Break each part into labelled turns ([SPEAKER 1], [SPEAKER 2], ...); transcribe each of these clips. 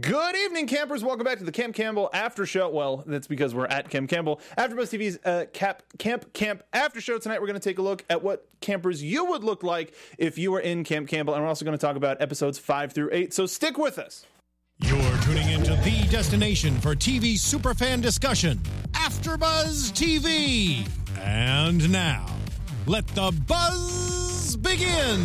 [SPEAKER 1] Good evening, campers. Welcome back to the Camp Campbell After Show. Well, that's because we're at Camp Campbell. AfterBuzz TV's uh, Cap Camp Camp After Show tonight. We're going to take a look at what campers you would look like if you were in Camp Campbell, and we're also going to talk about episodes five through eight. So stick with us.
[SPEAKER 2] You're tuning into the destination for TV superfan discussion, AfterBuzz TV. And now, let the buzz begin.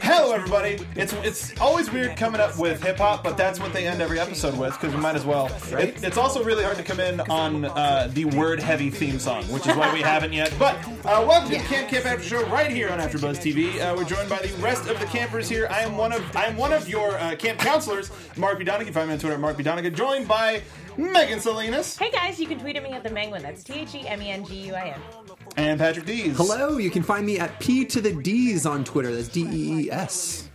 [SPEAKER 1] Hello, everybody. It's it's always weird coming up with hip hop, but that's what they end every episode with because we might as well. It, it's also really hard to come in on uh, the word heavy theme song, which is why we haven't yet. But uh, welcome to the Camp Camp After Show right here on AfterBuzz TV. Uh, we're joined by the rest of the campers here. I am one of I am one of your uh, camp counselors, Mark B. Donegan. Find me on Twitter at Mark B. Donegan. Joined by Megan Salinas
[SPEAKER 3] Hey guys, you can tweet at me at the Menguin. That's T H E M E N G U I N.
[SPEAKER 1] and Patrick Dees.
[SPEAKER 4] Hello, you can find me at P to the D's on Twitter. That's D E E S.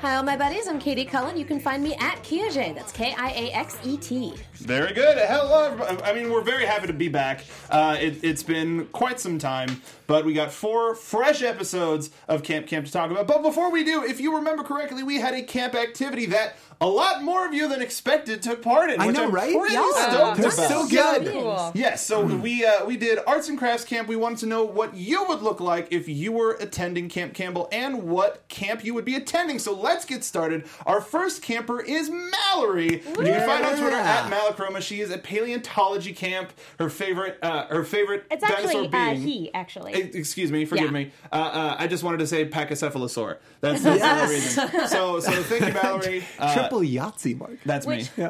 [SPEAKER 5] Hi, all my buddies. I'm Katie Cullen. You can find me at Kiaxet. That's K I A X E T.
[SPEAKER 1] Very good. Hello, everybody. I mean, we're very happy to be back. Uh, it, it's been quite some time, but we got four fresh episodes of Camp Camp to talk about. But before we do, if you remember correctly, we had a camp activity that a lot more of you than expected took part in.
[SPEAKER 4] I
[SPEAKER 1] which
[SPEAKER 4] know,
[SPEAKER 1] I'm
[SPEAKER 4] right?
[SPEAKER 1] Pretty
[SPEAKER 4] Y'all are-
[SPEAKER 1] stoked
[SPEAKER 4] they're
[SPEAKER 1] about.
[SPEAKER 4] so good.
[SPEAKER 3] Cool.
[SPEAKER 1] Yes, so
[SPEAKER 4] Mm-hmm.
[SPEAKER 1] we uh, we did arts and crafts camp. We wanted to know what you would look like if you were attending Camp Campbell and what camp you would be attending. So let's get started. Our first camper is Mallory. You can find her on Twitter
[SPEAKER 4] Yeah.
[SPEAKER 1] at Malachroma. She is at paleontology camp. Her favorite uh, her favorite
[SPEAKER 3] It's
[SPEAKER 1] dinosaur
[SPEAKER 3] actually uh,
[SPEAKER 1] being.
[SPEAKER 3] he, actually.
[SPEAKER 1] Eh, Excuse me, forgive
[SPEAKER 5] Yeah.
[SPEAKER 1] me. Uh, uh, I just wanted to say pachycephalosaur. That's, that's the only reason. So, so thank you, Mallory. Uh,
[SPEAKER 4] Triple Yahtzee, Mark.
[SPEAKER 1] that's me.
[SPEAKER 3] Which-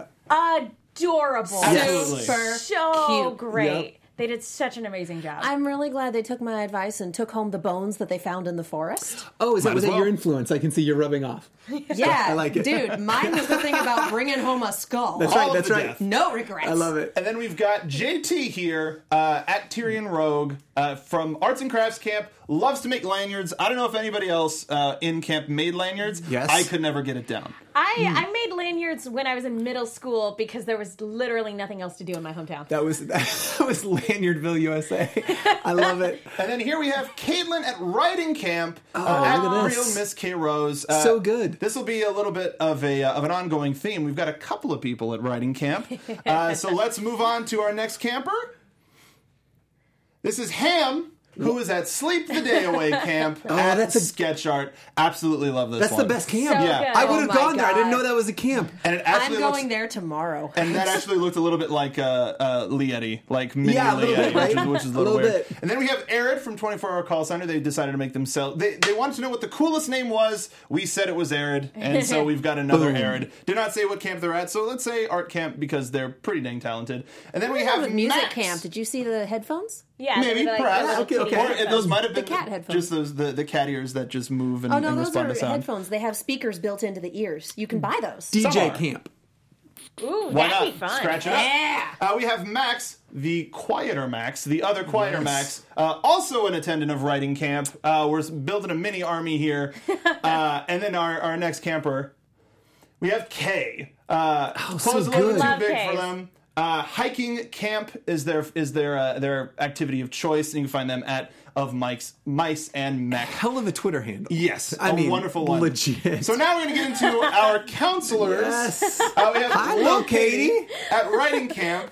[SPEAKER 3] Adorable.
[SPEAKER 1] Absolutely.
[SPEAKER 5] Super
[SPEAKER 3] So
[SPEAKER 5] cute.
[SPEAKER 3] great.
[SPEAKER 4] Yep.
[SPEAKER 3] They did such an amazing job.
[SPEAKER 5] I'm really glad they took my advice and took home the bones that they found in the forest.
[SPEAKER 4] Oh, is that, was
[SPEAKER 1] as
[SPEAKER 4] that your
[SPEAKER 1] well.
[SPEAKER 4] influence? I can see you're rubbing off.
[SPEAKER 5] Yeah,
[SPEAKER 4] I like it.
[SPEAKER 5] dude. Mine was the thing about bringing home a skull.
[SPEAKER 4] That's
[SPEAKER 1] of
[SPEAKER 4] right, that's
[SPEAKER 1] the
[SPEAKER 4] right.
[SPEAKER 1] death.
[SPEAKER 5] No regrets.
[SPEAKER 4] I love it.
[SPEAKER 1] And then we've got JT here uh, at Tyrion Rogue uh, from Arts and Crafts Camp. Loves to make lanyards. I don't know if anybody else uh, in camp made lanyards.
[SPEAKER 4] Yes.
[SPEAKER 1] I could never get it down.
[SPEAKER 3] I, I made lanyards when I was in middle school because there was literally nothing else to do in my hometown.
[SPEAKER 4] That was that was Lanyardville, USA. I love it.
[SPEAKER 1] And then here we have Caitlin at Writing Camp uh,
[SPEAKER 4] Oh, look
[SPEAKER 1] at
[SPEAKER 4] at
[SPEAKER 1] Real
[SPEAKER 4] this.
[SPEAKER 1] Miss K Rose. Uh,
[SPEAKER 4] So good.
[SPEAKER 1] This will be a little bit of a uh, of an ongoing theme. We've got a couple of people at Writing Camp. Uh, so let's move on to our next camper. This is Ham. Who is at Sleep the Day Away Camp at
[SPEAKER 4] Oh, that's a-
[SPEAKER 1] Sketch Art. Absolutely love this
[SPEAKER 4] That's
[SPEAKER 1] one.
[SPEAKER 4] the best camp.
[SPEAKER 3] So
[SPEAKER 1] Yeah.
[SPEAKER 3] good.
[SPEAKER 4] I would have
[SPEAKER 5] Oh my
[SPEAKER 4] gone there. I didn't
[SPEAKER 5] God.
[SPEAKER 4] know that was a camp.
[SPEAKER 1] And it
[SPEAKER 5] I'm
[SPEAKER 1] actually
[SPEAKER 5] going
[SPEAKER 1] looks,
[SPEAKER 5] there tomorrow.
[SPEAKER 1] And that actually looked a little bit like uh, uh, Lietti, like mini
[SPEAKER 4] Yeah, a
[SPEAKER 1] Lietti,
[SPEAKER 4] little bit,
[SPEAKER 1] which, is,
[SPEAKER 4] right?
[SPEAKER 1] which is a
[SPEAKER 4] A
[SPEAKER 1] little,
[SPEAKER 4] little
[SPEAKER 1] weird.
[SPEAKER 4] bit.
[SPEAKER 1] And then we have Arid from 24 Hour Call Center. They decided to make themselves. They, they wanted to know what the coolest name was. We said it was Arid, and so we've got another
[SPEAKER 4] Boom.
[SPEAKER 1] Arid. Did not say what camp they're at, so let's say art camp because they're pretty dang talented. And then we
[SPEAKER 5] That was
[SPEAKER 1] have
[SPEAKER 5] a music
[SPEAKER 1] Max.
[SPEAKER 5] camp. Did you see the headphones?
[SPEAKER 3] yeah, they
[SPEAKER 1] Maybe,
[SPEAKER 3] were like
[SPEAKER 1] perhaps.
[SPEAKER 3] little
[SPEAKER 4] Okay,
[SPEAKER 3] kitty
[SPEAKER 4] okay.
[SPEAKER 1] Or
[SPEAKER 3] headphones.
[SPEAKER 1] those might have been
[SPEAKER 5] The cat headphones.
[SPEAKER 1] just those the, the cat ears that just move and,
[SPEAKER 5] Oh no,
[SPEAKER 1] and
[SPEAKER 5] those
[SPEAKER 1] respond
[SPEAKER 5] are
[SPEAKER 1] to sound.
[SPEAKER 5] headphones. They have speakers built into the ears. You can buy those.
[SPEAKER 4] DJ
[SPEAKER 1] Summer.
[SPEAKER 4] camp.
[SPEAKER 3] Ooh,
[SPEAKER 1] Why
[SPEAKER 3] that'd
[SPEAKER 1] not?
[SPEAKER 3] be fun.
[SPEAKER 1] Scratch it up.
[SPEAKER 5] Yeah.
[SPEAKER 1] Uh, we have Max, the quieter Max, the other quieter
[SPEAKER 4] Nice.
[SPEAKER 1] Max, uh, also an attendant of writing camp. Uh, we're building a mini army here. uh, and then our, our next camper, we have Kay. Uh,
[SPEAKER 4] Oh, so
[SPEAKER 1] clothes a little
[SPEAKER 4] good.
[SPEAKER 1] too
[SPEAKER 3] Love
[SPEAKER 1] big for
[SPEAKER 3] Ks.
[SPEAKER 1] them. Uh, hiking camp is their is their uh, their activity of choice, and you can find them at of Mike's mice and Mac.
[SPEAKER 4] Hell of a Twitter handle.
[SPEAKER 1] Yes,
[SPEAKER 4] I
[SPEAKER 1] a
[SPEAKER 4] mean,
[SPEAKER 1] wonderful one.
[SPEAKER 4] legit.
[SPEAKER 1] So now we're going to get into our counselors.
[SPEAKER 4] Yes.
[SPEAKER 1] Uh, we have
[SPEAKER 4] Hello,
[SPEAKER 1] Lil
[SPEAKER 4] Katie.
[SPEAKER 1] at writing camp.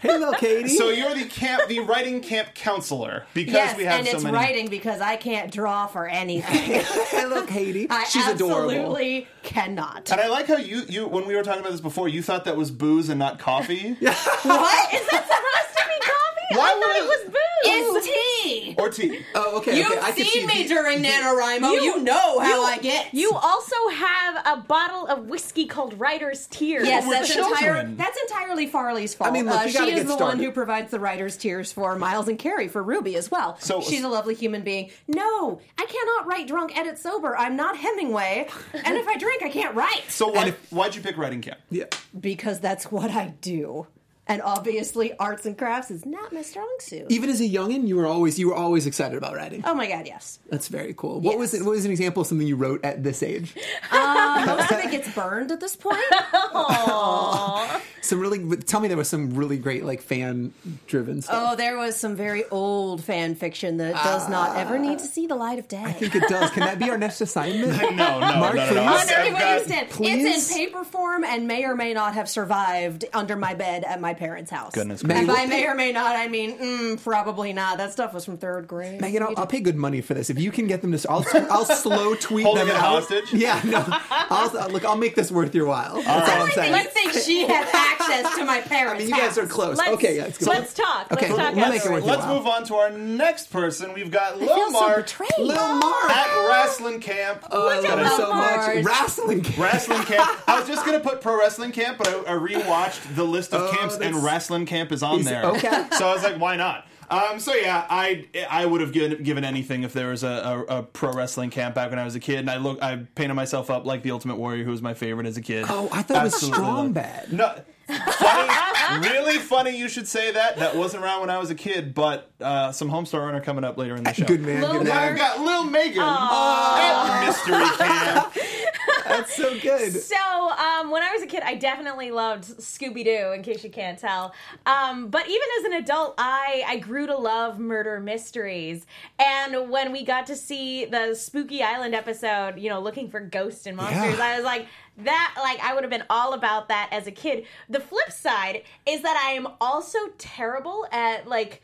[SPEAKER 4] Hello, Katie.
[SPEAKER 1] So you're the camp, the writing camp counselor because
[SPEAKER 5] Yes,
[SPEAKER 1] we have
[SPEAKER 5] and
[SPEAKER 1] so
[SPEAKER 5] it's
[SPEAKER 1] many.
[SPEAKER 5] writing because I can't draw for anything.
[SPEAKER 4] Hello, Katie.
[SPEAKER 5] I
[SPEAKER 4] She's adorable.
[SPEAKER 5] absolutely cannot.
[SPEAKER 1] And I like how you you when we were talking about this before, you thought that was booze and not coffee. yeah.
[SPEAKER 5] What?
[SPEAKER 3] Is that supposed to be coffee?
[SPEAKER 1] Why
[SPEAKER 3] I
[SPEAKER 1] would
[SPEAKER 3] thought
[SPEAKER 1] I-
[SPEAKER 3] it was booze.
[SPEAKER 5] It's tea.
[SPEAKER 1] Or tea.
[SPEAKER 4] Oh, okay.
[SPEAKER 5] You've
[SPEAKER 4] okay. I can
[SPEAKER 5] seen
[SPEAKER 4] see
[SPEAKER 5] me
[SPEAKER 4] the-
[SPEAKER 5] during NaNoWriMo. You, know how Oh, I get.
[SPEAKER 3] You also have a bottle of whiskey called Writer's Tears.
[SPEAKER 5] Yes,
[SPEAKER 4] We're
[SPEAKER 5] that's,
[SPEAKER 4] children.
[SPEAKER 5] entire, that's entirely Farley's fault.
[SPEAKER 4] I mean, look,
[SPEAKER 5] Uh,
[SPEAKER 4] you
[SPEAKER 5] she
[SPEAKER 4] gotta
[SPEAKER 5] is
[SPEAKER 4] get
[SPEAKER 5] the one
[SPEAKER 4] started.
[SPEAKER 5] who provides the writer's tears for Miles and Carrie for Ruby as well.
[SPEAKER 1] So-
[SPEAKER 5] she's a lovely human being. No, I cannot write drunk, edit sober. I'm not Hemingway, and if I drink, I can't write
[SPEAKER 1] So why why'd you pick writing camp?
[SPEAKER 4] Yeah.
[SPEAKER 5] because that's what I do. And obviously, arts and crafts is not my strong suit.
[SPEAKER 4] Even as a youngin, you were always you were always excited about writing.
[SPEAKER 5] oh my god, yes.
[SPEAKER 4] That's very cool. What was
[SPEAKER 5] Yes.
[SPEAKER 4] it? What was an example of something you wrote at this age?
[SPEAKER 5] Um, Uh, most of it gets burned at this point.
[SPEAKER 4] Some really. Tell me there was some really great like fan driven stuff.
[SPEAKER 5] Oh, there was some very old fan fiction that does not ever need to see the light of day.
[SPEAKER 4] I think it does. Can that be our next assignment?
[SPEAKER 1] No, no, no,
[SPEAKER 4] Mark,
[SPEAKER 1] no, no.
[SPEAKER 4] please.
[SPEAKER 1] I've-
[SPEAKER 5] on every
[SPEAKER 1] I've
[SPEAKER 5] way
[SPEAKER 1] got-
[SPEAKER 5] you stand. It's
[SPEAKER 4] Please?
[SPEAKER 5] in paper form and may or may not have survived under my bed at my parents' house.
[SPEAKER 1] Goodness
[SPEAKER 5] And
[SPEAKER 4] gracious.
[SPEAKER 5] by may or may not, I mean mm, probably not. That stuff was from third grade.
[SPEAKER 4] Megan, I'll, I'll pay good money for this. If you can get them to, I'll, I'll slow tweet
[SPEAKER 1] Holding
[SPEAKER 4] them
[SPEAKER 1] it
[SPEAKER 4] out.
[SPEAKER 1] hostage?
[SPEAKER 4] Yeah, no. I'll, uh, look, I'll make this worth your while. That's all I'm saying.
[SPEAKER 5] Let's say she had access to my
[SPEAKER 4] I
[SPEAKER 5] parents.
[SPEAKER 4] mean, you guys are
[SPEAKER 5] house.
[SPEAKER 4] close.
[SPEAKER 3] Let's-
[SPEAKER 4] okay, yeah, it's good.
[SPEAKER 3] let's talk. Let's
[SPEAKER 4] Okay,
[SPEAKER 3] talk
[SPEAKER 4] we'll make it
[SPEAKER 3] afterwards.
[SPEAKER 4] worth your
[SPEAKER 1] Let's
[SPEAKER 4] while.
[SPEAKER 1] move on to our next person. We've got
[SPEAKER 5] I feel
[SPEAKER 1] Lil
[SPEAKER 5] so
[SPEAKER 1] Mark
[SPEAKER 5] betrayed.
[SPEAKER 4] Lil Mark.
[SPEAKER 1] at wrestling camp.
[SPEAKER 4] Oh,
[SPEAKER 3] at
[SPEAKER 4] that is
[SPEAKER 3] Lil
[SPEAKER 4] so
[SPEAKER 3] Mark.
[SPEAKER 4] much wrestling. camp.
[SPEAKER 1] Wrestling camp. I was just gonna put pro wrestling camp, but I, I rewatched the list of
[SPEAKER 4] Oh,
[SPEAKER 1] camps, and
[SPEAKER 4] that's-
[SPEAKER 1] wrestling camp is on
[SPEAKER 4] Is-
[SPEAKER 1] there.
[SPEAKER 4] okay.
[SPEAKER 1] So I was like, why not? Um, so yeah, I I would have given, given anything if there was a, a, a pro wrestling camp back when I was a kid, and I look I painted myself up like the Ultimate Warrior, who was my favorite as a kid.
[SPEAKER 4] Oh, I thought it was
[SPEAKER 1] Absolutely
[SPEAKER 4] Strong
[SPEAKER 1] loved-
[SPEAKER 4] Bad.
[SPEAKER 1] No, funny, really funny. You should say that. That wasn't around when I was a kid, but uh, some Homestar Runner coming up later in the show.
[SPEAKER 4] Good man.
[SPEAKER 3] Lil
[SPEAKER 4] Good
[SPEAKER 1] Now
[SPEAKER 4] man.
[SPEAKER 1] I've got Lil Megan at Mystery Camp.
[SPEAKER 4] That's so good.
[SPEAKER 3] So um, when I was a kid, I definitely loved Scooby Doo. In case you can't tell, um, but even as an adult, I I grew to love murder mysteries. And when we got to see the Spooky Island episode, you know, looking for ghosts and monsters,
[SPEAKER 4] Yeah.
[SPEAKER 3] I was like. That like I would have been all about that as a kid. The flip side is that I am also terrible at like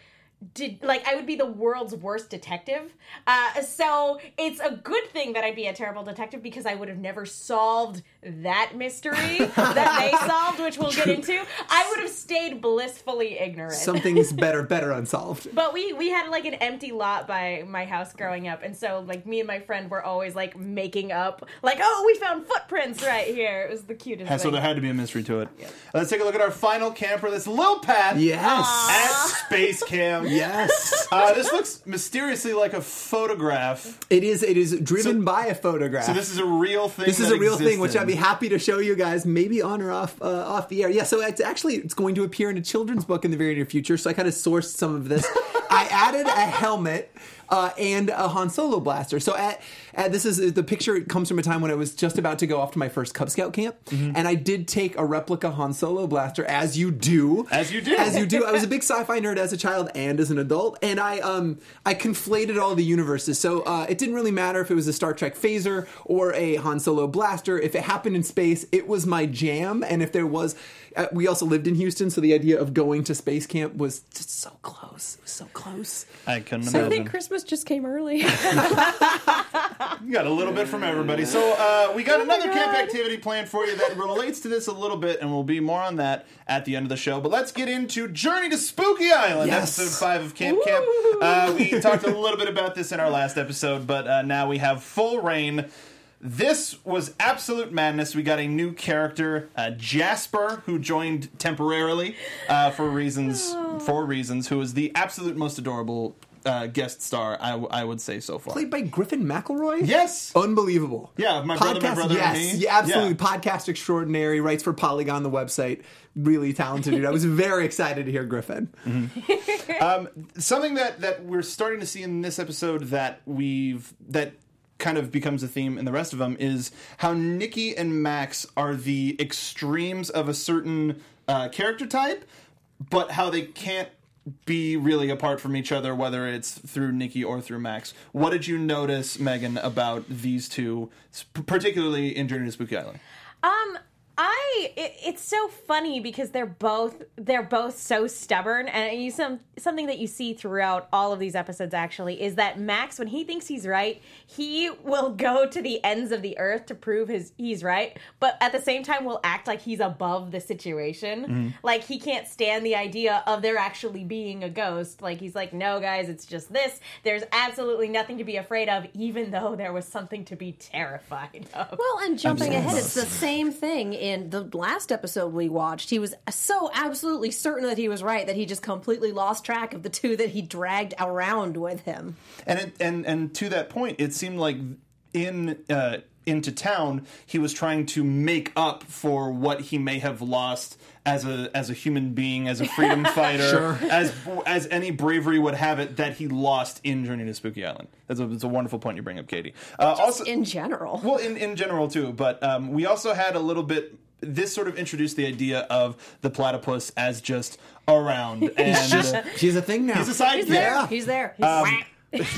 [SPEAKER 3] did like I would be the world's worst detective. Uh, so it's a good thing that I'd be a terrible detective because I would have never solved that mystery that they solved, which we'll get into. I would have stayed blissfully ignorant.
[SPEAKER 4] Something's better, better unsolved.
[SPEAKER 3] but we we had like an empty lot by my house growing up, and so like me and my friend were always like making up, like oh we found footprints right here. It was the cutest.
[SPEAKER 1] And so
[SPEAKER 3] thing.
[SPEAKER 1] there had to be a mystery to it. Uh, Let's take a look at our final camper. That's Lil Pat
[SPEAKER 4] Yes.
[SPEAKER 1] at Space Cam.
[SPEAKER 4] Yes.
[SPEAKER 1] Uh, this looks mysteriously like a photograph.
[SPEAKER 4] It is. It is driven by a photograph.
[SPEAKER 1] So this is a real thing.
[SPEAKER 4] This is
[SPEAKER 1] that
[SPEAKER 4] a real thing,
[SPEAKER 1] existed.
[SPEAKER 4] which I'd be happy to show you guys, maybe on or off uh, off the air. Yeah, so it's actually it's going to appear in a children's book in the very near future. So I kind of sourced some of this. I added a helmet uh, and a Han Solo blaster. So at, at this is the picture comes from a time when I was just about to go off to my first Cub Scout camp, and I did take a replica Han Solo blaster, as you do,
[SPEAKER 1] As you do.
[SPEAKER 4] as you do. I was a big sci-fi nerd as a child and as an adult, and I um I conflated all the universes. So uh, it didn't really matter if it was a Star Trek phaser or a Han Solo blaster. If it happened in space, it was my jam. And if there was, uh, we also lived in Houston, so the idea of going to space camp was just so close. It was so close.
[SPEAKER 1] I couldn't
[SPEAKER 5] I
[SPEAKER 1] imagine.
[SPEAKER 5] think Christmas just came early.
[SPEAKER 1] You got a little bit from everybody. So uh, we
[SPEAKER 5] Oh
[SPEAKER 1] got another camp activity planned for you that relates to this a little bit, and we'll be more on that at the end of the show. But let's get into Journey to Spooky Island,
[SPEAKER 4] Yes.
[SPEAKER 1] episode five of Camp Camp. Uh, we talked a little bit about this in our last episode, but uh, now we have full reign. This was absolute madness. We got a new character, uh, Jasper, who joined temporarily uh, for reasons for reasons. Who is the absolute most adorable uh, guest star? I, w- I would say so far.
[SPEAKER 4] Played by Griffin McElroy.
[SPEAKER 1] Yes.
[SPEAKER 4] Unbelievable.
[SPEAKER 1] Yeah, my brother, my brother, and
[SPEAKER 4] Yes,
[SPEAKER 1] me.
[SPEAKER 4] yeah, absolutely.
[SPEAKER 1] Yeah.
[SPEAKER 4] Podcast extraordinary. Writes for Polygon, the website. Really talented dude. I was very excited to hear Griffin.
[SPEAKER 1] something that that we're starting to see in this episode that we've that kind of becomes a theme in the rest of them is how Nikki and Max are the extremes of a certain uh, character type, but how they can't be really apart from each other, whether it's through Nikki or through Max. What did you notice, Megan, about these two, sp- particularly in Journey to Spooky Island?
[SPEAKER 3] Um, I it, it's so funny because they're both they're both so stubborn, and you some something that you see throughout all of these episodes actually is that Max, when he thinks he's right, he will go to the ends of the earth to prove his he's right, but at the same time will act like he's above the situation, like he can't stand the idea of there actually being a ghost. Like he's like, no, guys, it's just this. There's absolutely nothing to be afraid of, even though there was something to be terrified of.
[SPEAKER 5] Well, and jumping ahead, it's the same thing in the last episode we watched. He was so absolutely certain that he was right that he just completely lost track of the two that he dragged around with him.
[SPEAKER 1] and it, and and to that point, it seemed like in uh, into town he was trying to make up for what he may have lost as a as a human being, as a freedom fighter, as as any bravery would have it that he lost in Journey to Spooky Island. That's a, that's a wonderful point you bring up, Katie. Uh, also,
[SPEAKER 5] In general.
[SPEAKER 1] well, in, in general too, but um, we also had a little bit this sort of introduced the idea of the platypus as just around and
[SPEAKER 4] She's,
[SPEAKER 1] uh,
[SPEAKER 4] she's a thing now.
[SPEAKER 1] he's a side
[SPEAKER 5] He's
[SPEAKER 1] gig.
[SPEAKER 5] there.
[SPEAKER 4] Yeah.
[SPEAKER 5] He's there.
[SPEAKER 1] Um,
[SPEAKER 5] He's whack.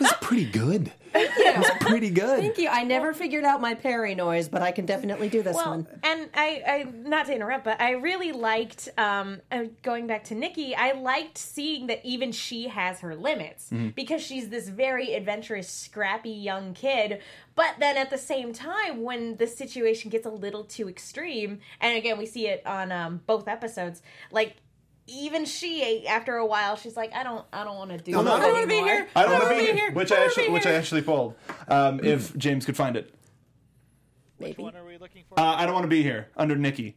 [SPEAKER 4] That's pretty good.
[SPEAKER 5] Yeah.
[SPEAKER 4] Pretty good.
[SPEAKER 5] Thank you. I never figured out my parry noise, but I can definitely do this
[SPEAKER 3] well,
[SPEAKER 5] one.
[SPEAKER 3] and I, I, not to interrupt, but I really liked um, uh, going back to Nikki. I liked seeing that even she has her limits
[SPEAKER 5] Mm-hmm.
[SPEAKER 3] because she's this very adventurous, scrappy young kid. But then at the same time, when the situation gets a little too extreme, and again, we see it on um, both episodes, like. Even she, after a while, she's like, "I don't, I don't want to do.
[SPEAKER 4] I'm
[SPEAKER 3] this
[SPEAKER 4] not- I don't
[SPEAKER 5] wanna be
[SPEAKER 3] anymore."
[SPEAKER 5] here.
[SPEAKER 1] I don't
[SPEAKER 5] I
[SPEAKER 1] want
[SPEAKER 5] wanna
[SPEAKER 1] to be here, which I
[SPEAKER 5] wanna
[SPEAKER 1] actually
[SPEAKER 5] be
[SPEAKER 1] which I
[SPEAKER 5] here.
[SPEAKER 1] actually pulled um, if James could find it.
[SPEAKER 5] Maybe.
[SPEAKER 6] What are we looking for?
[SPEAKER 1] Uh, I don't want to be here under Nikki.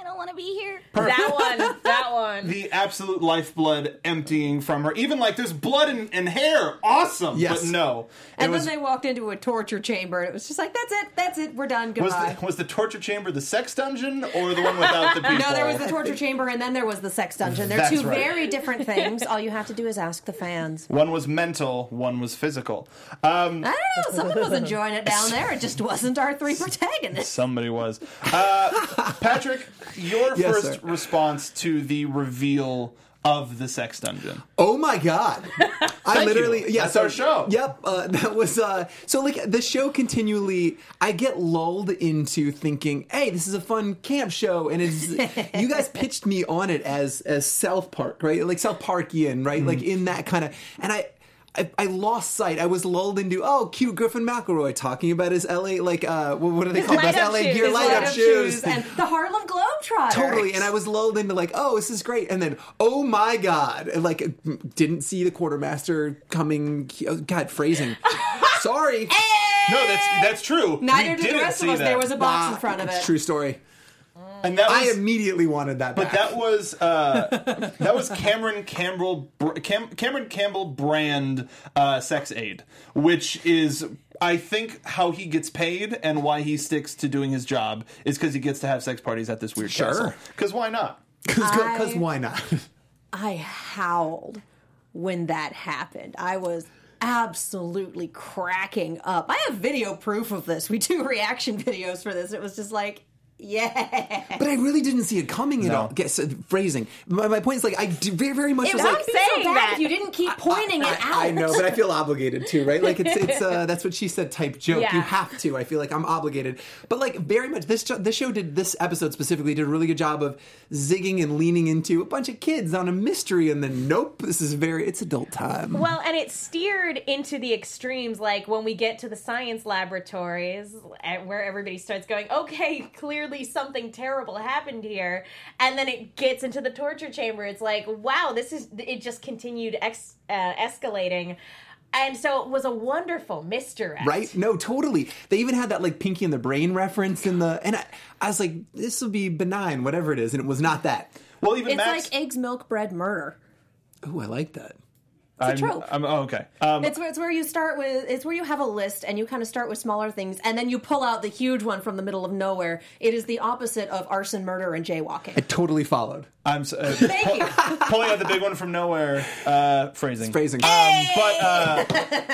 [SPEAKER 3] I don't want to be here. That one, that one.
[SPEAKER 1] The absolute lifeblood emptying from her. Even like there's blood and, and hair. Awesome,
[SPEAKER 4] Yes.
[SPEAKER 1] but no. It
[SPEAKER 5] And
[SPEAKER 1] was,
[SPEAKER 5] then they walked into a torture chamber, and it was just like, that's it, that's it, we're done,
[SPEAKER 1] was
[SPEAKER 5] goodbye.
[SPEAKER 1] the, was the torture chamber the sex dungeon or the one without the people?
[SPEAKER 5] no, there was the torture chamber, and then there was the sex dungeon. They're
[SPEAKER 1] That's
[SPEAKER 5] two
[SPEAKER 1] right.
[SPEAKER 5] very different things. All you have to do is ask the fans.
[SPEAKER 1] One was mental, one was physical. Um,
[SPEAKER 5] I don't know. Someone was enjoying it down there. It just wasn't our three protagonists.
[SPEAKER 1] somebody was. Uh, Patrick, your
[SPEAKER 4] Yes,
[SPEAKER 1] first
[SPEAKER 4] sir.
[SPEAKER 1] response to the reveal of the sex dungeon.
[SPEAKER 4] Oh my god! I
[SPEAKER 1] Thank
[SPEAKER 4] literally
[SPEAKER 1] you.
[SPEAKER 4] yeah.
[SPEAKER 1] That's
[SPEAKER 4] so-
[SPEAKER 1] our show.
[SPEAKER 4] Yep. Uh, that was uh, so like the show continually. I get lulled into thinking, hey, this is a fun camp show, and it's you guys pitched me on it as as South Park, right? Like South Parkian, right?
[SPEAKER 1] Mm.
[SPEAKER 4] Like in that kind of and I. I, I lost sight. I was lulled into oh, cute Griffin McElroy talking about his LA like uh, what what are they called?
[SPEAKER 3] light
[SPEAKER 4] Those
[SPEAKER 3] up
[SPEAKER 4] LA
[SPEAKER 3] shoes.
[SPEAKER 4] gear
[SPEAKER 3] His
[SPEAKER 4] light
[SPEAKER 5] Light
[SPEAKER 4] up shoes.
[SPEAKER 5] and the Harlem Globetrotter.
[SPEAKER 4] Totally, and I was lulled into like, oh, this is great, and then, oh my god, and, like, didn't see the quartermaster coming. oh, God, phrasing. Sorry,
[SPEAKER 1] No, that's that's true.
[SPEAKER 5] Eh, Neither
[SPEAKER 1] We
[SPEAKER 5] did the
[SPEAKER 1] didn't
[SPEAKER 5] rest of
[SPEAKER 1] see
[SPEAKER 5] us.
[SPEAKER 1] That.
[SPEAKER 5] There was a box
[SPEAKER 4] Ah,
[SPEAKER 5] in front of
[SPEAKER 4] it's
[SPEAKER 5] it.
[SPEAKER 4] True story.
[SPEAKER 1] and that
[SPEAKER 4] I
[SPEAKER 1] was,
[SPEAKER 4] immediately wanted that,
[SPEAKER 1] But
[SPEAKER 4] back.
[SPEAKER 1] that was uh, that was Cameron Campbell Br- Cam- Cameron Campbell brand uh, sex aid, which is I think how he gets paid and why he sticks to doing his job is because he gets to have sex parties at this weird
[SPEAKER 4] Sure.
[SPEAKER 1] Because why not?
[SPEAKER 4] because why not?
[SPEAKER 5] I howled when that happened. I was absolutely cracking up. I have video proof of this. We do reaction videos for this. It was just like, yeah.
[SPEAKER 4] but I really didn't see it coming at
[SPEAKER 1] No.
[SPEAKER 4] all. Guess uh, phrasing. My, my point is like, I d- very, very much
[SPEAKER 5] It
[SPEAKER 4] was
[SPEAKER 5] would
[SPEAKER 3] was
[SPEAKER 4] like.
[SPEAKER 5] be so
[SPEAKER 3] saying
[SPEAKER 5] bad
[SPEAKER 3] that.
[SPEAKER 5] if you didn't keep pointing it out.
[SPEAKER 4] I, I know, but I feel obligated too, right? Like it's it's uh, that's what she said type joke.
[SPEAKER 3] Yeah.
[SPEAKER 4] You have to. I feel like I'm obligated, but like very much this jo- this show did this episode specifically did a really good job of zigging and leaning into a bunch of kids on a mystery, and then nope, this is very it's adult time.
[SPEAKER 3] Well, and it steered into the extremes, like when we get to the science laboratories, at- where everybody starts going, okay, clearly something terrible happened here. And then it gets into the torture chamber. It's like, wow, this is, it just continued ex- uh, escalating. And so it was a wonderful misdirect.
[SPEAKER 4] Right? No, totally. They even had that like Pinky and the Brain reference in the, and I, I was like, this will be benign, whatever it is, and it was not that.
[SPEAKER 1] Well, even
[SPEAKER 5] it's
[SPEAKER 1] Max.
[SPEAKER 5] like eggs, milk, bread, murder.
[SPEAKER 4] Ooh, I like that.
[SPEAKER 1] I'm,
[SPEAKER 5] trope.
[SPEAKER 1] I'm- oh, okay. Um,
[SPEAKER 5] It's where, it's where you start with, it's where you have a list and you kind of start with smaller things and then you pull out the huge one from the middle of nowhere. It is the opposite of arson, murder, and jaywalking.
[SPEAKER 4] Totally followed.
[SPEAKER 1] I'm so- uh,
[SPEAKER 5] Thank you.
[SPEAKER 1] pulling out the big one from nowhere. Uh, phrasing.
[SPEAKER 4] Phrasing.
[SPEAKER 1] Um, but uh,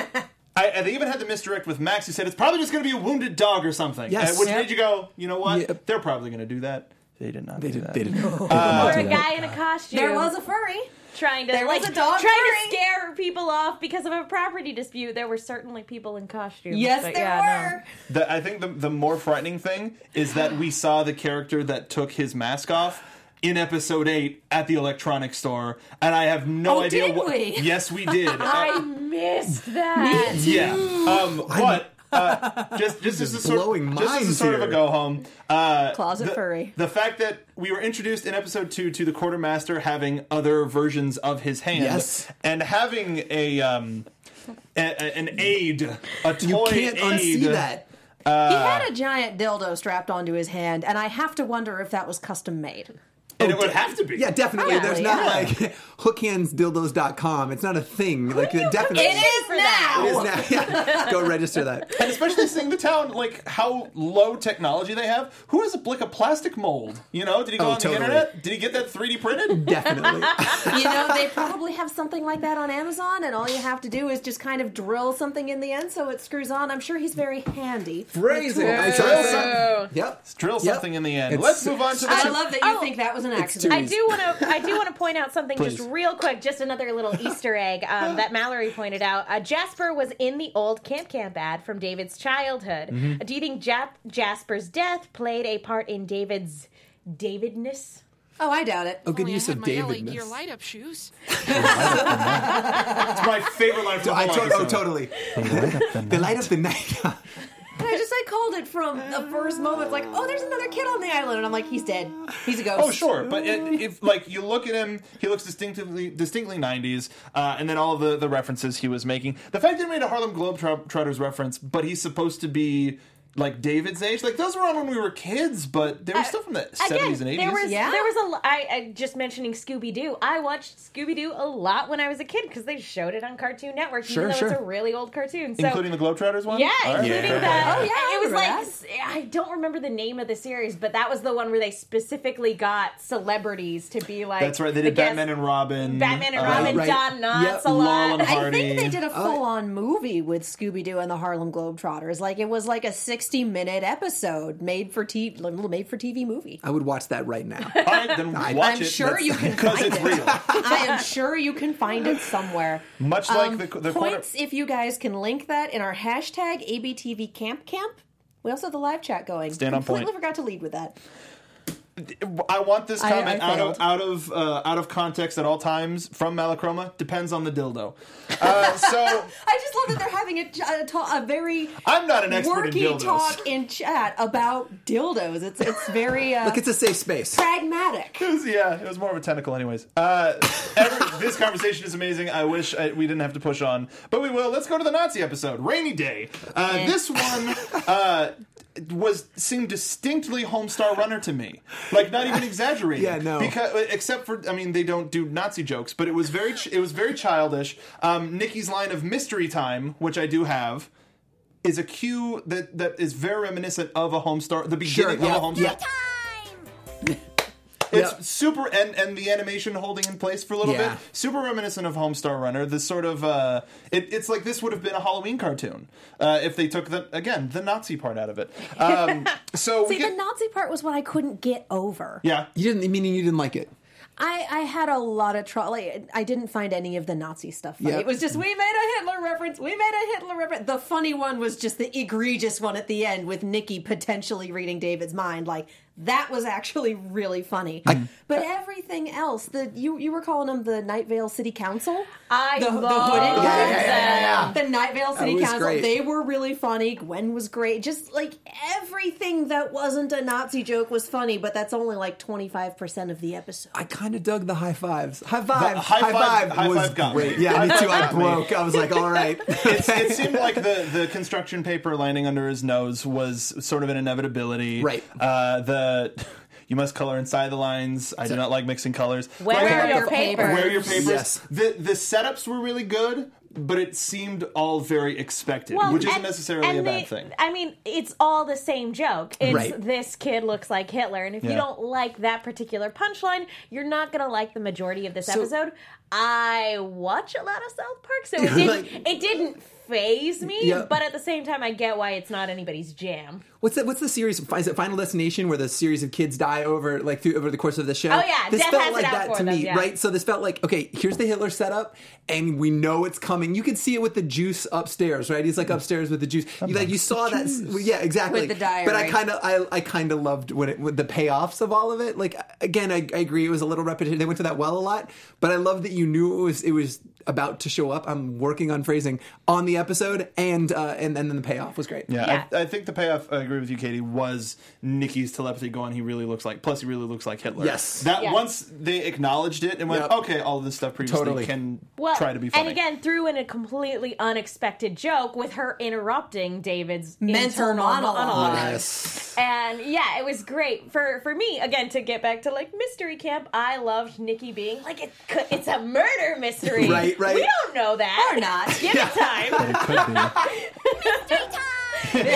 [SPEAKER 1] I, and they even had the misdirect with Max, who said it's probably just going to be a wounded dog or something.
[SPEAKER 4] Yes.
[SPEAKER 1] Uh, which
[SPEAKER 4] Yep.
[SPEAKER 1] made you go, you know what?
[SPEAKER 4] Yeah.
[SPEAKER 1] They're probably going to do that. They did not.
[SPEAKER 4] they
[SPEAKER 1] do
[SPEAKER 4] did.
[SPEAKER 1] That.
[SPEAKER 4] They did.
[SPEAKER 3] Or
[SPEAKER 4] not
[SPEAKER 3] a guy in a costume.
[SPEAKER 5] There was a furry.
[SPEAKER 3] trying to
[SPEAKER 5] there was
[SPEAKER 3] like
[SPEAKER 5] a dog
[SPEAKER 3] trying
[SPEAKER 5] furry.
[SPEAKER 3] to scare people off because of a property dispute. There were certainly people in costumes.
[SPEAKER 5] Yes,
[SPEAKER 3] but
[SPEAKER 5] there
[SPEAKER 3] yeah, no.
[SPEAKER 5] were.
[SPEAKER 1] The- I think the, the more frightening thing is that we saw the character that took his mask off in episode eight at the electronics store, and I have no
[SPEAKER 5] Oh,
[SPEAKER 1] idea.
[SPEAKER 5] did
[SPEAKER 1] what,
[SPEAKER 5] we?
[SPEAKER 1] Yes, we did. Uh,
[SPEAKER 3] I missed that.
[SPEAKER 1] Yeah. Um, but uh, just just as a sort,
[SPEAKER 4] blowing
[SPEAKER 1] just as a
[SPEAKER 4] minds
[SPEAKER 1] sort of
[SPEAKER 4] here.
[SPEAKER 1] a go home. Uh,
[SPEAKER 5] Closet
[SPEAKER 1] the,
[SPEAKER 5] furry.
[SPEAKER 1] The fact that we were introduced in episode two to the quartermaster having other versions of his hand,
[SPEAKER 4] Yes.
[SPEAKER 1] and having a. Um, a, a- an aid, a toy
[SPEAKER 4] You can't
[SPEAKER 1] aid.
[SPEAKER 4] unsee that.
[SPEAKER 5] He had a giant dildo strapped onto his hand, and I have to wonder if that was custom made.
[SPEAKER 1] And it would have to be.
[SPEAKER 4] Yeah, definitely.
[SPEAKER 3] Yeah,
[SPEAKER 4] There's
[SPEAKER 3] yeah.
[SPEAKER 4] not like hookhandsdildos.com. It's not a thing. Like
[SPEAKER 3] do you
[SPEAKER 4] definitely.
[SPEAKER 5] It is
[SPEAKER 3] For
[SPEAKER 5] now.
[SPEAKER 3] that.
[SPEAKER 4] It is now. Yeah. Go register that.
[SPEAKER 1] And especially seeing the town, like how low technology they have. Who has a blick of plastic mold? You know, did he go
[SPEAKER 4] Oh,
[SPEAKER 1] on
[SPEAKER 4] totally.
[SPEAKER 1] the internet? Did he get that 3D printed?
[SPEAKER 4] Definitely.
[SPEAKER 5] You know, they probably have something like that on Amazon, and all you have to do is just kind of drill something in the end so it screws on. I'm sure he's very handy. with
[SPEAKER 4] Phrasing.
[SPEAKER 5] tools.
[SPEAKER 4] I
[SPEAKER 1] Drill
[SPEAKER 4] said-
[SPEAKER 1] some-
[SPEAKER 4] Yep.
[SPEAKER 1] Drill
[SPEAKER 4] Yep.
[SPEAKER 1] something in the end.
[SPEAKER 4] It's-
[SPEAKER 1] Let's move on to the.
[SPEAKER 5] I love that you
[SPEAKER 3] Oh,
[SPEAKER 5] think that was an
[SPEAKER 3] I
[SPEAKER 5] accident.
[SPEAKER 4] too-
[SPEAKER 3] do want to. I do want to point out something
[SPEAKER 4] Please.
[SPEAKER 3] just real quick. Just another little Easter egg um, that Mallory pointed out. Uh, Jasper was in the old Camp Camp ad from David's childhood. Do you think Jap- Jasper's death played a part in David's Davidness?
[SPEAKER 5] Oh, I doubt it.
[SPEAKER 4] Oh, good
[SPEAKER 6] Only
[SPEAKER 4] use
[SPEAKER 6] I had
[SPEAKER 4] of
[SPEAKER 6] my LA
[SPEAKER 4] David.
[SPEAKER 6] gear
[SPEAKER 4] miss.
[SPEAKER 6] light up shoes.
[SPEAKER 1] It's my favorite line from the
[SPEAKER 4] I
[SPEAKER 1] whole
[SPEAKER 4] to- oh,
[SPEAKER 1] episode.
[SPEAKER 4] totally. They light up the night.
[SPEAKER 5] I just I called it from the first moment. Like, oh, there's another kid on the island, and I'm like, he's dead. He's a ghost.
[SPEAKER 1] Oh sure, but it, if like you look at him, he looks distinctively distinctly '90s, uh, and then all the the references he was making. The fact that he made a Harlem Globetrotters reference, but he's supposed to be like David's age. Like those were on when we were kids, but they were still from the '70s and '80s.
[SPEAKER 3] Uh, There was
[SPEAKER 5] Yeah.
[SPEAKER 3] there was a. l- I, I just mentioning Scooby Doo. I watched Scooby Doo a lot when I was a kid because they showed it on Cartoon Network,
[SPEAKER 4] Sure,
[SPEAKER 3] even though
[SPEAKER 4] sure.
[SPEAKER 3] it's a really old cartoon. So
[SPEAKER 1] including the Globetrotters one.
[SPEAKER 3] Yeah,
[SPEAKER 1] All right.
[SPEAKER 3] including
[SPEAKER 4] Yeah.
[SPEAKER 3] that.
[SPEAKER 5] Oh, yeah, I
[SPEAKER 3] it was
[SPEAKER 5] remember
[SPEAKER 3] like
[SPEAKER 5] that.
[SPEAKER 3] s- I don't remember the name of the series, but that was the one where they specifically got celebrities to be like.
[SPEAKER 1] That's right. They did
[SPEAKER 3] I guess,
[SPEAKER 1] Batman and Robin.
[SPEAKER 3] Batman and
[SPEAKER 1] uh,
[SPEAKER 3] Robin,
[SPEAKER 4] right.
[SPEAKER 3] Don
[SPEAKER 4] Yep,
[SPEAKER 3] Knotts a
[SPEAKER 1] Laurel
[SPEAKER 3] lot.
[SPEAKER 1] and
[SPEAKER 5] I think they
[SPEAKER 1] Hardy.
[SPEAKER 5] did a full-on movie with Scooby-Doo and the Harlem Globetrotters. Like it was like a 60-minute episode made for TV, little made-for-TV movie.
[SPEAKER 4] I would watch that right now.
[SPEAKER 1] All right, then watch
[SPEAKER 5] I'm
[SPEAKER 1] it.
[SPEAKER 5] sure you can
[SPEAKER 1] because
[SPEAKER 5] find
[SPEAKER 1] it's
[SPEAKER 5] it.
[SPEAKER 1] real.
[SPEAKER 5] I am sure you can find it somewhere. Um,
[SPEAKER 1] Much like
[SPEAKER 3] Um,
[SPEAKER 1] the, the corner.
[SPEAKER 5] Points if you guys can link that in our hashtag ABTV Camp Camp. We also have the live chat going.
[SPEAKER 1] Stand on
[SPEAKER 5] Completely
[SPEAKER 1] point.
[SPEAKER 5] forgot to lead with that.
[SPEAKER 1] I want this
[SPEAKER 5] I-
[SPEAKER 1] comment
[SPEAKER 5] I
[SPEAKER 1] out
[SPEAKER 5] failed.
[SPEAKER 1] of out of uh, out of context at all times from Malachroma. Depends on the dildo. Uh, so
[SPEAKER 5] I just love that they're having a, a, ta- a very
[SPEAKER 1] I'm not an expert in
[SPEAKER 5] worky
[SPEAKER 1] dildos.
[SPEAKER 5] talk in chat about dildos. It's it's very uh,
[SPEAKER 4] Look, it's a safe space.
[SPEAKER 5] pragmatic.
[SPEAKER 1] It was- yeah, it was more of a tentacle, anyways. Uh, every- this conversation is amazing. I wish I, we didn't have to push on, but we will. Let's go to the Nazi episode, Rainy Day. Uh, This one uh, was seemed distinctly Homestar Runner to me, like not even exaggerating.
[SPEAKER 4] Yeah, no.
[SPEAKER 1] Because uh, except for, I mean, they don't do Nazi jokes, but it was very, ch- it was very childish. Um, Nikki's line of mystery time, which I do have. Is a cue that, that is very reminiscent of a Homestar, the beginning
[SPEAKER 4] yeah,
[SPEAKER 1] of a Homestar.
[SPEAKER 4] yeah.
[SPEAKER 1] It's
[SPEAKER 4] Yep.
[SPEAKER 1] super, and and the animation holding in place for a little
[SPEAKER 4] Yeah.
[SPEAKER 1] bit, super reminiscent of Homestar Runner. The sort of uh, it, it's like this would have been a Halloween cartoon uh, if they took the again the Nazi part out of it. Um, so we
[SPEAKER 5] See, the
[SPEAKER 1] get,
[SPEAKER 5] Nazi part was what I couldn't get over.
[SPEAKER 1] yeah,
[SPEAKER 4] You didn't, meaning you didn't like it.
[SPEAKER 5] I, I had a lot of trouble. Like, I didn't find any of the Nazi stuff funny.
[SPEAKER 4] Yeah.
[SPEAKER 5] It was just, we made a Hitler reference. We made a Hitler reference. The funny one was just the egregious one at the end with Nikki potentially reading David's mind. Like, that was actually really funny. but everything else, the you, you were calling them the Night Vale City Council?
[SPEAKER 3] I
[SPEAKER 5] the, the
[SPEAKER 3] love
[SPEAKER 5] hooded
[SPEAKER 4] Yeah, yeah,
[SPEAKER 5] ones.
[SPEAKER 4] yeah, yeah,
[SPEAKER 5] The Night Vale City
[SPEAKER 4] was
[SPEAKER 5] Council.
[SPEAKER 4] great.
[SPEAKER 5] They were really funny. Gwen was great. Just like everything that wasn't a Nazi joke was funny, but that's only like 25% of the episode.
[SPEAKER 4] I kind of dug the high fives. High five.
[SPEAKER 1] The high five-
[SPEAKER 4] high five,
[SPEAKER 1] high
[SPEAKER 4] was
[SPEAKER 1] five got me.
[SPEAKER 4] great. Yeah,
[SPEAKER 1] High
[SPEAKER 4] me
[SPEAKER 1] five
[SPEAKER 4] too. I
[SPEAKER 1] got me.
[SPEAKER 4] broke. I was like, all right.
[SPEAKER 1] it's, it seemed like the, the construction paper landing under his nose was sort of an inevitability.
[SPEAKER 4] Right.
[SPEAKER 1] Uh, the you must color inside the lines. I do not like mixing colors.
[SPEAKER 3] Where
[SPEAKER 1] Like-
[SPEAKER 3] are
[SPEAKER 5] your
[SPEAKER 3] your papers?
[SPEAKER 5] papers?
[SPEAKER 1] Wear your papers.
[SPEAKER 4] Yes.
[SPEAKER 1] The the setups were really good, but it seemed all very expected, which isn't
[SPEAKER 3] and-
[SPEAKER 1] necessarily
[SPEAKER 3] and
[SPEAKER 1] a bad
[SPEAKER 3] the-
[SPEAKER 1] thing.
[SPEAKER 3] I mean, it's all the same joke. It's
[SPEAKER 4] Right.
[SPEAKER 3] this kid looks like Hitler, and if you
[SPEAKER 1] Yeah.
[SPEAKER 3] don't like that particular punchline, you're not gonna like the majority of this episode. I watch a lot of South Park, so it didn't
[SPEAKER 4] Like-
[SPEAKER 3] it didn't phase me,
[SPEAKER 4] Yeah.
[SPEAKER 3] but at the same time, I get why it's not anybody's jam.
[SPEAKER 4] What's that? What's the series? Is it Final Destination, where the series of kids die over like through over the course of the show?
[SPEAKER 3] Oh, yeah.
[SPEAKER 4] this
[SPEAKER 3] Death
[SPEAKER 4] felt
[SPEAKER 3] has it
[SPEAKER 4] like
[SPEAKER 3] out
[SPEAKER 4] that
[SPEAKER 3] for
[SPEAKER 4] to
[SPEAKER 3] them,
[SPEAKER 4] me,
[SPEAKER 3] yeah.
[SPEAKER 4] right? So this felt like okay, here's the Hitler setup, and we know it's coming. You can see it with the juice upstairs, right? He's like upstairs with the juice. You, like you saw that, well, yeah, exactly.
[SPEAKER 5] With the
[SPEAKER 4] But I
[SPEAKER 5] diary.
[SPEAKER 4] kind of, I, I kind of loved when it with the payoffs of all of it. Like again, I, I agree, it was a little repetitive. They went to that well a lot, but I love that you knew it was it was about to show up. I'm working on phrasing on the episode, and uh, and, and then the payoff was great.
[SPEAKER 1] Yeah,
[SPEAKER 3] Yeah.
[SPEAKER 1] I, I think the payoff. I agree with you, Katie. Was Nikki's telepathy going? He really looks like. Plus, he really looks like Hitler.
[SPEAKER 4] Yes.
[SPEAKER 1] That
[SPEAKER 3] Yeah.
[SPEAKER 1] once they acknowledged it and went,
[SPEAKER 4] Yep.
[SPEAKER 1] okay, all of this stuff previously
[SPEAKER 4] Totally.
[SPEAKER 1] can
[SPEAKER 3] Well,
[SPEAKER 1] try to be funny.
[SPEAKER 3] And again, threw in a completely unexpected joke with her interrupting David's
[SPEAKER 5] Mental
[SPEAKER 3] internal
[SPEAKER 5] monologue.
[SPEAKER 4] Yes.
[SPEAKER 3] And yeah, it was great for for me. Again, to get back to like mystery camp, I loved Nikki being like it, could, it's a murder mystery.
[SPEAKER 4] Right, right.
[SPEAKER 3] We don't know that
[SPEAKER 5] Or not.
[SPEAKER 3] Give it time.
[SPEAKER 1] it could be. Yep.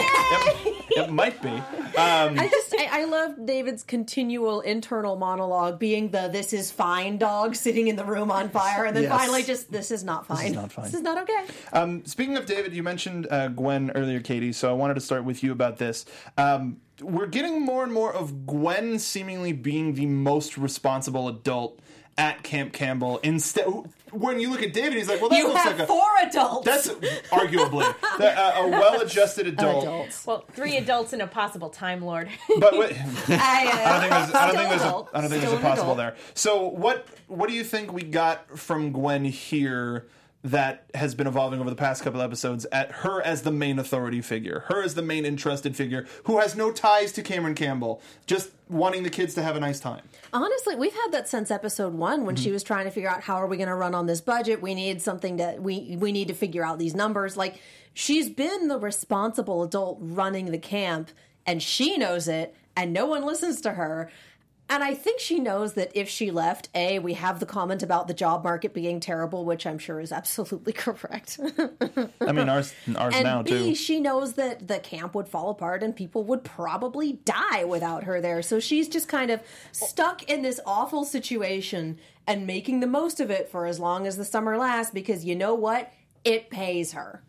[SPEAKER 1] It might be. Um,
[SPEAKER 5] I just I, I love David's continual internal monologue being the this is fine dog sitting in the room on fire and then
[SPEAKER 4] Yes.
[SPEAKER 5] finally just this is not fine. This is
[SPEAKER 1] not fine.
[SPEAKER 5] This is not okay.
[SPEAKER 1] um, speaking of David, you mentioned uh, Gwen earlier, Katie. So I wanted to start with you about this. Um, we're getting more and more of Gwen seemingly being the most responsible adult at Camp Campbell. Instead, when you look at David, he's like, "Well, that
[SPEAKER 5] you
[SPEAKER 1] looks
[SPEAKER 5] have
[SPEAKER 1] like a
[SPEAKER 5] four adults.
[SPEAKER 1] That's arguably that, uh, a well-adjusted adult.
[SPEAKER 5] adults.
[SPEAKER 3] Well, three adults and a possible time lord.
[SPEAKER 1] But what,
[SPEAKER 5] I,
[SPEAKER 1] I
[SPEAKER 5] uh,
[SPEAKER 1] don't think there's, I don't
[SPEAKER 5] still
[SPEAKER 1] think there's, a,
[SPEAKER 5] adult.
[SPEAKER 1] I don't think there's
[SPEAKER 5] Still
[SPEAKER 1] a
[SPEAKER 5] an
[SPEAKER 1] possible
[SPEAKER 5] adult.
[SPEAKER 1] there. So what what do you think we got from Gwen here that has been evolving over the past couple episodes? At her as the main authority figure, her as the main entrusted figure, who has no ties to Cameron Campbell, just wanting the kids to have a nice time.
[SPEAKER 5] Honestly, we've had that since episode one when she was trying to figure out how are we going to run on this budget. We need something that we we need to figure out these numbers. Like she's been the responsible adult running the camp, and she knows it, and no one listens to her. And I think she knows that if she left, A, we have the comment about the job market being terrible, which I'm sure is absolutely correct.
[SPEAKER 1] I mean, ours ours
[SPEAKER 5] and
[SPEAKER 1] now
[SPEAKER 5] B,
[SPEAKER 1] too.
[SPEAKER 5] she knows that the camp would fall apart and people would probably die without her there. So she's just kind of stuck in this awful situation and making the most of it for as long as the summer lasts because you know what? It pays her.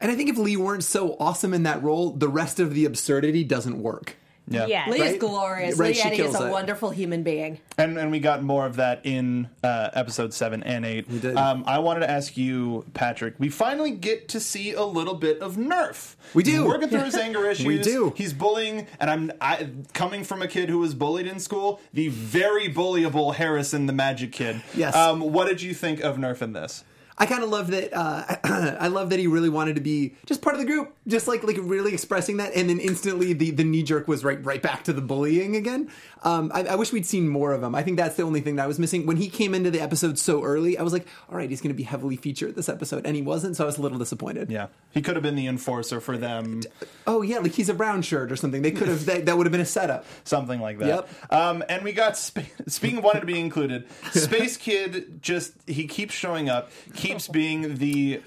[SPEAKER 4] And I think if Lee weren't so awesome in that role, the rest of the absurdity doesn't work.
[SPEAKER 1] yeah.
[SPEAKER 3] Yes.
[SPEAKER 5] Lee is
[SPEAKER 4] Right?
[SPEAKER 5] glorious.
[SPEAKER 4] Right,
[SPEAKER 5] Lee
[SPEAKER 4] she
[SPEAKER 5] Eddie is
[SPEAKER 4] kills
[SPEAKER 5] a
[SPEAKER 4] it.
[SPEAKER 5] wonderful human being.
[SPEAKER 1] And, and we got more of that in uh, episode seven and eight. We
[SPEAKER 4] did.
[SPEAKER 1] Um, I wanted to ask you, Patrick. We finally get to see a little bit of Nerf.
[SPEAKER 4] We do.
[SPEAKER 1] He's working through his anger issues.
[SPEAKER 4] do.
[SPEAKER 1] He's bullying, and I'm I, coming from a kid who was bullied in school. The very bullyable Harrison, the Magic Kid.
[SPEAKER 4] Yes.
[SPEAKER 1] Um, what did you think of Nerf in this?
[SPEAKER 4] I kind of love that. Uh, I love that he really wanted to be just part of the group, just like like really expressing that, and then instantly the, the knee jerk was right right back to the bullying again. Um, I, I wish we'd seen more of him. I think that's the only thing that I was missing when he came into the episode so early. I was like, all right, he's going to be heavily featured this episode, and he wasn't, so I was a little disappointed.
[SPEAKER 1] Yeah, he could have been the enforcer for them,
[SPEAKER 4] Oh yeah, like he's a brown shirt or something. They could have that, that would have been a setup.
[SPEAKER 1] something like that.
[SPEAKER 4] Yep.
[SPEAKER 1] Um, and we got sp- speaking of wanted to be included, Space Kid just he keeps showing up, keeps
[SPEAKER 4] Oh.
[SPEAKER 1] being the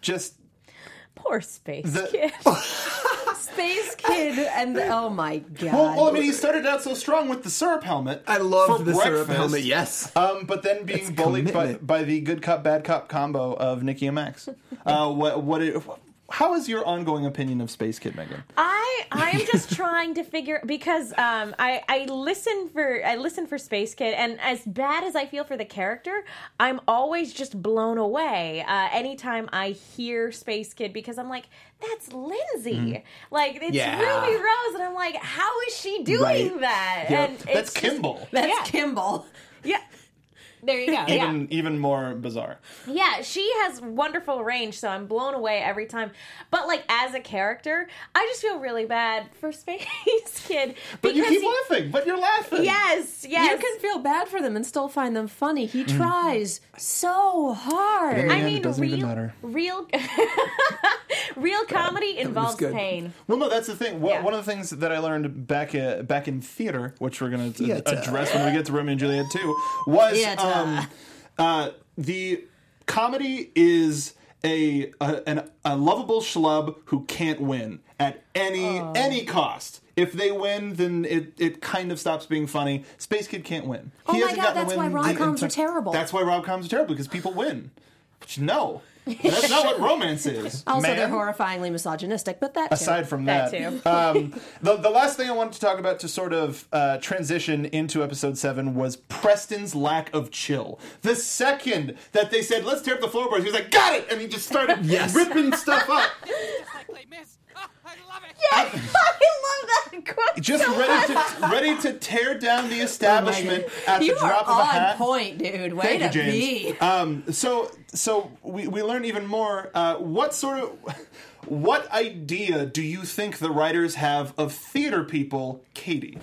[SPEAKER 1] just
[SPEAKER 3] Poor space
[SPEAKER 1] The-
[SPEAKER 3] kid.
[SPEAKER 5] Space kid and oh my god.
[SPEAKER 1] Well, well, I mean, he started out so strong with the syrup helmet.
[SPEAKER 4] I
[SPEAKER 1] for
[SPEAKER 4] loved the syrup
[SPEAKER 1] breakfast,
[SPEAKER 4] helmet. Yes,
[SPEAKER 1] Um, but then being bullied by,
[SPEAKER 4] commitment.
[SPEAKER 1] by the good cop bad cop combo of Nikki and Max. Uh, what what? It, how is your ongoing opinion of Space Kid, Megan?
[SPEAKER 3] I I'm just trying to figure because um I I listen for I listen for Space Kid and as bad as I feel for the character I'm always just blown away uh, anytime I hear Space Kid because I'm like that's Lindsay like it's
[SPEAKER 4] Yeah.
[SPEAKER 3] Ruby Rose and I'm like how is she doing
[SPEAKER 4] Right.
[SPEAKER 3] that
[SPEAKER 4] Yep.
[SPEAKER 3] and
[SPEAKER 1] That's
[SPEAKER 3] it's just-
[SPEAKER 1] Kimball.
[SPEAKER 5] That's
[SPEAKER 3] yeah.
[SPEAKER 5] Kimball.
[SPEAKER 3] yeah there you go yeah.
[SPEAKER 1] Even even more bizarre.
[SPEAKER 3] Yeah, she has wonderful range, so I'm blown away every time. But like as a character, I just feel really bad for Space Kid
[SPEAKER 1] But you
[SPEAKER 3] because
[SPEAKER 1] keep
[SPEAKER 3] he-
[SPEAKER 1] laughing. But you're laughing.
[SPEAKER 3] Yes, yes.
[SPEAKER 5] You can feel bad for them and still find them funny. He tries so hard.
[SPEAKER 1] in the
[SPEAKER 3] I
[SPEAKER 1] end, it
[SPEAKER 3] mean,
[SPEAKER 1] doesn't even
[SPEAKER 3] real,
[SPEAKER 1] matter.
[SPEAKER 3] real, real comedy involves
[SPEAKER 4] good.
[SPEAKER 3] pain.
[SPEAKER 1] Well, no, that's the thing. One-
[SPEAKER 3] Yeah.
[SPEAKER 1] One of the things that I learned back uh, back in theater, which we're going to
[SPEAKER 4] Theater.
[SPEAKER 1] address when we get to Romeo and Juliet too, was
[SPEAKER 5] Theater.
[SPEAKER 1] um, uh, the comedy is a a, an, a lovable schlub who can't win at any
[SPEAKER 5] Oh.
[SPEAKER 1] any cost. If they win, then it, it kind of stops being funny. Space Kid can't win.
[SPEAKER 5] Oh my
[SPEAKER 1] hasn't
[SPEAKER 5] God,
[SPEAKER 1] gotten a
[SPEAKER 5] that's why
[SPEAKER 1] win the
[SPEAKER 5] rom-coms
[SPEAKER 1] entire-
[SPEAKER 5] are terrible.
[SPEAKER 1] That's why rom coms are terrible because people win. Which, no, that's not what romance is.
[SPEAKER 5] Also, they're
[SPEAKER 1] man.
[SPEAKER 5] horrifyingly misogynistic, but that
[SPEAKER 1] aside from that,
[SPEAKER 3] That too.
[SPEAKER 1] um, the, the last thing I wanted to talk about to sort of uh, transition into episode seven was Preston's lack of chill. The second that they said, let's tear up the floorboards, he was like, got it! And he just started
[SPEAKER 4] Yes.
[SPEAKER 1] ripping stuff up.
[SPEAKER 6] Play miss. Ah, I love it.
[SPEAKER 5] I love that quote.
[SPEAKER 1] Just
[SPEAKER 5] so much.
[SPEAKER 1] ready to ready to tear down the establishment at the
[SPEAKER 5] you
[SPEAKER 1] drop
[SPEAKER 5] are
[SPEAKER 1] of a
[SPEAKER 5] on
[SPEAKER 1] hat.
[SPEAKER 5] point, dude. Way
[SPEAKER 1] Thank
[SPEAKER 5] to
[SPEAKER 1] you,
[SPEAKER 5] be.
[SPEAKER 1] James. Um, so, so we, we learn even more. Uh, what sort of, what idea do you think the writers have of theater people, Katie?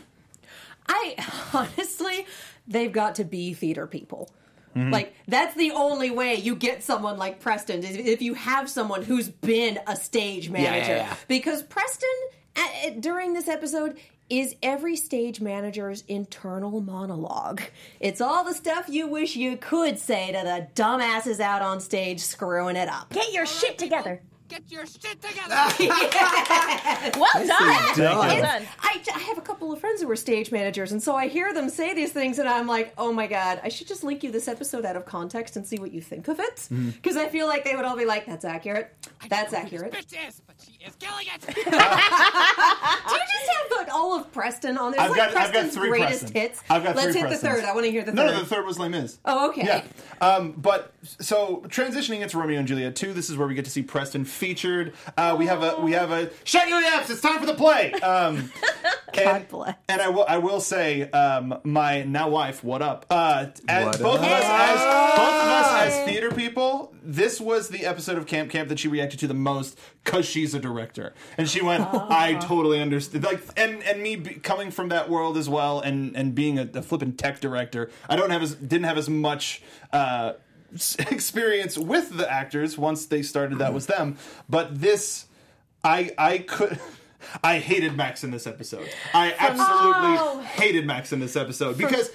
[SPEAKER 5] I honestly, they've got to be theater people.
[SPEAKER 1] Mm-hmm.
[SPEAKER 5] Like that's the only way you get someone like Preston is if you have someone who's been a stage
[SPEAKER 4] yeah,
[SPEAKER 5] manager.
[SPEAKER 4] yeah.
[SPEAKER 5] Because Preston at, at- during this episode is every stage manager's internal monologue. It's all the stuff you wish you could say to the dumbasses out on stage screwing it up.
[SPEAKER 3] Get your shit together.
[SPEAKER 6] Get your shit together.
[SPEAKER 3] Well done. Well
[SPEAKER 4] done.
[SPEAKER 3] done.
[SPEAKER 5] I, I have a couple of friends who were stage managers, and so I hear them say these things, and I'm like, oh my god, I should just link you this episode out of context and see what you think of it.
[SPEAKER 1] Mm-hmm.
[SPEAKER 5] Because I feel like they would all be like, that's accurate. That's accurate.
[SPEAKER 6] This
[SPEAKER 5] Do
[SPEAKER 6] bitch is, but she is killing it.
[SPEAKER 5] you just have like, all of Preston on there?
[SPEAKER 1] I've
[SPEAKER 5] It's like
[SPEAKER 1] got- I've got
[SPEAKER 5] Preston's
[SPEAKER 1] three
[SPEAKER 5] greatest
[SPEAKER 1] Preston.
[SPEAKER 5] hits.
[SPEAKER 1] I've got
[SPEAKER 5] Let's
[SPEAKER 1] three
[SPEAKER 5] hit the
[SPEAKER 1] Prestons.
[SPEAKER 5] third. I want to hear the
[SPEAKER 1] No,
[SPEAKER 5] third.
[SPEAKER 1] no, the third was Les Mis.
[SPEAKER 5] Oh, okay.
[SPEAKER 1] Yeah. Um, but so transitioning into Romeo and Juliet 2, this is where we get to see Preston featured. Uh, we have a we have a shut your yaps. It's time for the play. Um, and,
[SPEAKER 5] bless.
[SPEAKER 1] And I will I will say um, my now wife. What up? Uh, as,
[SPEAKER 4] What
[SPEAKER 1] both of
[SPEAKER 4] up?
[SPEAKER 1] us as both of us as theater people. This was the episode of Camp Camp that she reacted to the most because she's a director, and she went, "I totally understand." Like, and and me be, coming from that world as well, and and being a, a flippin' tech director, I don't have as didn't have as much. Uh, s- experience with the actors once they started that was them but this i i could i hated max in this episode i absolutely
[SPEAKER 5] Oh.
[SPEAKER 1] hated max in this episode because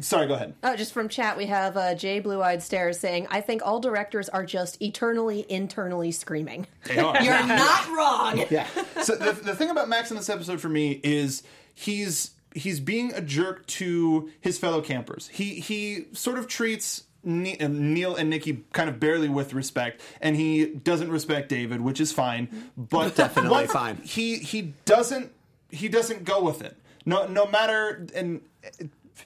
[SPEAKER 1] sorry go ahead
[SPEAKER 5] Oh, just from chat, we have uh, Jay Blue Eyed Stairs saying, I think all directors are just eternally, internally screaming.
[SPEAKER 1] They are.
[SPEAKER 5] You're not wrong.
[SPEAKER 1] yeah so the, the thing about max in this episode for me is he's he's being a jerk to his fellow campers he he sort of treats Ne- uh, Neil and Nikki kind of barely with respect, and he doesn't respect David, which is fine. But
[SPEAKER 4] Definitely
[SPEAKER 1] once-
[SPEAKER 4] fine.
[SPEAKER 1] He he doesn't he doesn't go with it. No no matter and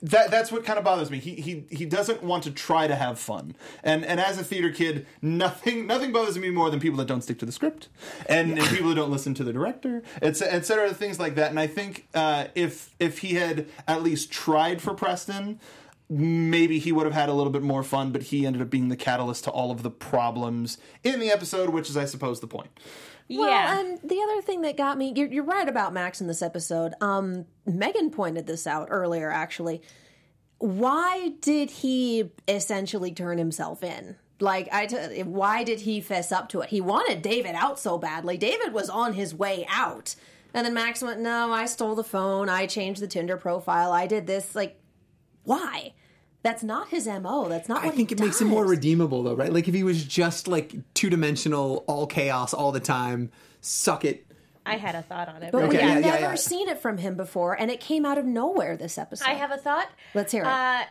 [SPEAKER 1] that that's what kind of bothers me. He he he doesn't want to try to have fun. And and as a theater kid, nothing nothing bothers me more than people that don't stick to the script and, and people who don't listen to the director, et ce- et cetera, things like that. And I think uh, if if he had at least tried for Preston. Maybe he would have had a little bit more fun, but he ended up being the catalyst to all of the problems in the episode, which is, I suppose, the point.
[SPEAKER 5] Well,
[SPEAKER 3] yeah.
[SPEAKER 5] and the other thing that got me, you're, you're right about Max in this episode. Um, Megan pointed this out earlier, actually. Why did he essentially turn himself in? Like, I t- why did he fess up to it? He wanted David out so badly. David was on his way out. And then Max went, No, I stole the phone. I changed the Tinder profile. I did this. Like, why? That's not his MO. That's not
[SPEAKER 4] I
[SPEAKER 5] what
[SPEAKER 4] think
[SPEAKER 5] he
[SPEAKER 4] it makes him more
[SPEAKER 5] does.
[SPEAKER 4] redeemable, though, right? Like if he was just like two dimensional, all chaos all the time, suck it.
[SPEAKER 3] I had a thought on it.
[SPEAKER 5] But
[SPEAKER 3] but
[SPEAKER 5] we
[SPEAKER 4] Okay,
[SPEAKER 5] had
[SPEAKER 4] yeah, yeah,
[SPEAKER 5] never
[SPEAKER 4] yeah.
[SPEAKER 5] seen it from him before, and it came out of nowhere this episode.
[SPEAKER 3] I have a thought.
[SPEAKER 5] Let's hear it.
[SPEAKER 3] Uh,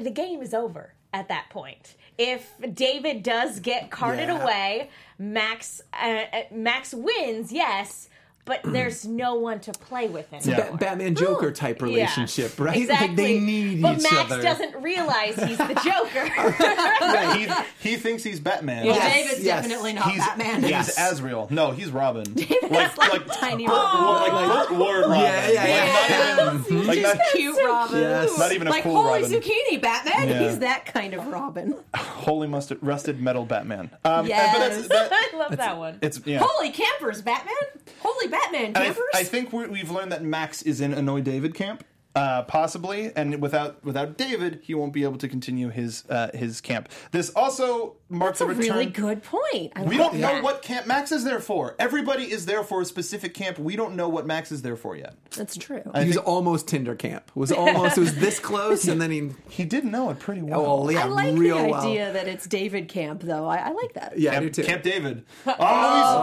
[SPEAKER 3] the game is over at that point. If David does get carted
[SPEAKER 4] Yeah.
[SPEAKER 3] away, Max uh, uh, Max wins, yes, but there's no one to play with anymore.
[SPEAKER 4] Ba- Batman Joker type
[SPEAKER 3] Yeah.
[SPEAKER 4] relationship, right?
[SPEAKER 3] Exactly.
[SPEAKER 4] Like they need
[SPEAKER 3] but
[SPEAKER 4] each
[SPEAKER 3] Max
[SPEAKER 4] other.
[SPEAKER 3] doesn't realize he's the Joker.
[SPEAKER 1] Yeah, he, he thinks he's Batman.
[SPEAKER 5] Well,
[SPEAKER 4] Yes,
[SPEAKER 5] David's
[SPEAKER 4] yes.
[SPEAKER 5] definitely not
[SPEAKER 1] he's,
[SPEAKER 5] Batman.
[SPEAKER 1] He's
[SPEAKER 4] Yes.
[SPEAKER 1] Asriel. No, he's Robin. like,
[SPEAKER 5] like tiny
[SPEAKER 1] Burt
[SPEAKER 5] Robin.
[SPEAKER 1] Ward- like Burt Ward Robin.
[SPEAKER 4] Yeah, yeah, yeah.
[SPEAKER 1] Like, not even, like, not,
[SPEAKER 5] cute Robin.
[SPEAKER 4] Yes.
[SPEAKER 1] not even a
[SPEAKER 5] like
[SPEAKER 1] cool
[SPEAKER 5] holy
[SPEAKER 1] Robin.
[SPEAKER 5] zucchini, Batman.
[SPEAKER 1] Yeah.
[SPEAKER 5] He's that kind of Robin.
[SPEAKER 1] Holy mustard, rusted metal Batman. Um,
[SPEAKER 5] Yes.
[SPEAKER 1] But that's, that,
[SPEAKER 3] I love that one.
[SPEAKER 1] it's, yeah.
[SPEAKER 5] Holy campers, Batman. Holy Batman
[SPEAKER 1] And I,
[SPEAKER 5] campers.
[SPEAKER 1] I think we we've learned that Max is in Annoy David camp, uh, possibly, and without without David, he won't be able to continue his uh, his camp. This also marks
[SPEAKER 5] That's a
[SPEAKER 1] the return.
[SPEAKER 5] really good point. I
[SPEAKER 1] We
[SPEAKER 5] love
[SPEAKER 1] don't know
[SPEAKER 5] that.
[SPEAKER 1] what camp Max is there for. Everybody is there for a specific camp. We don't know what Max is there for yet.
[SPEAKER 5] That's true.
[SPEAKER 4] He was almost Tinder camp. Was almost it was this close, and then he
[SPEAKER 1] He did know it pretty well.
[SPEAKER 4] oh yeah,
[SPEAKER 5] I like the
[SPEAKER 4] real
[SPEAKER 5] idea
[SPEAKER 4] well.
[SPEAKER 5] that it's David Camp, though. I, I like that.
[SPEAKER 4] Yeah, I do
[SPEAKER 1] Camp,
[SPEAKER 4] too.
[SPEAKER 1] Camp David. Oh, he's,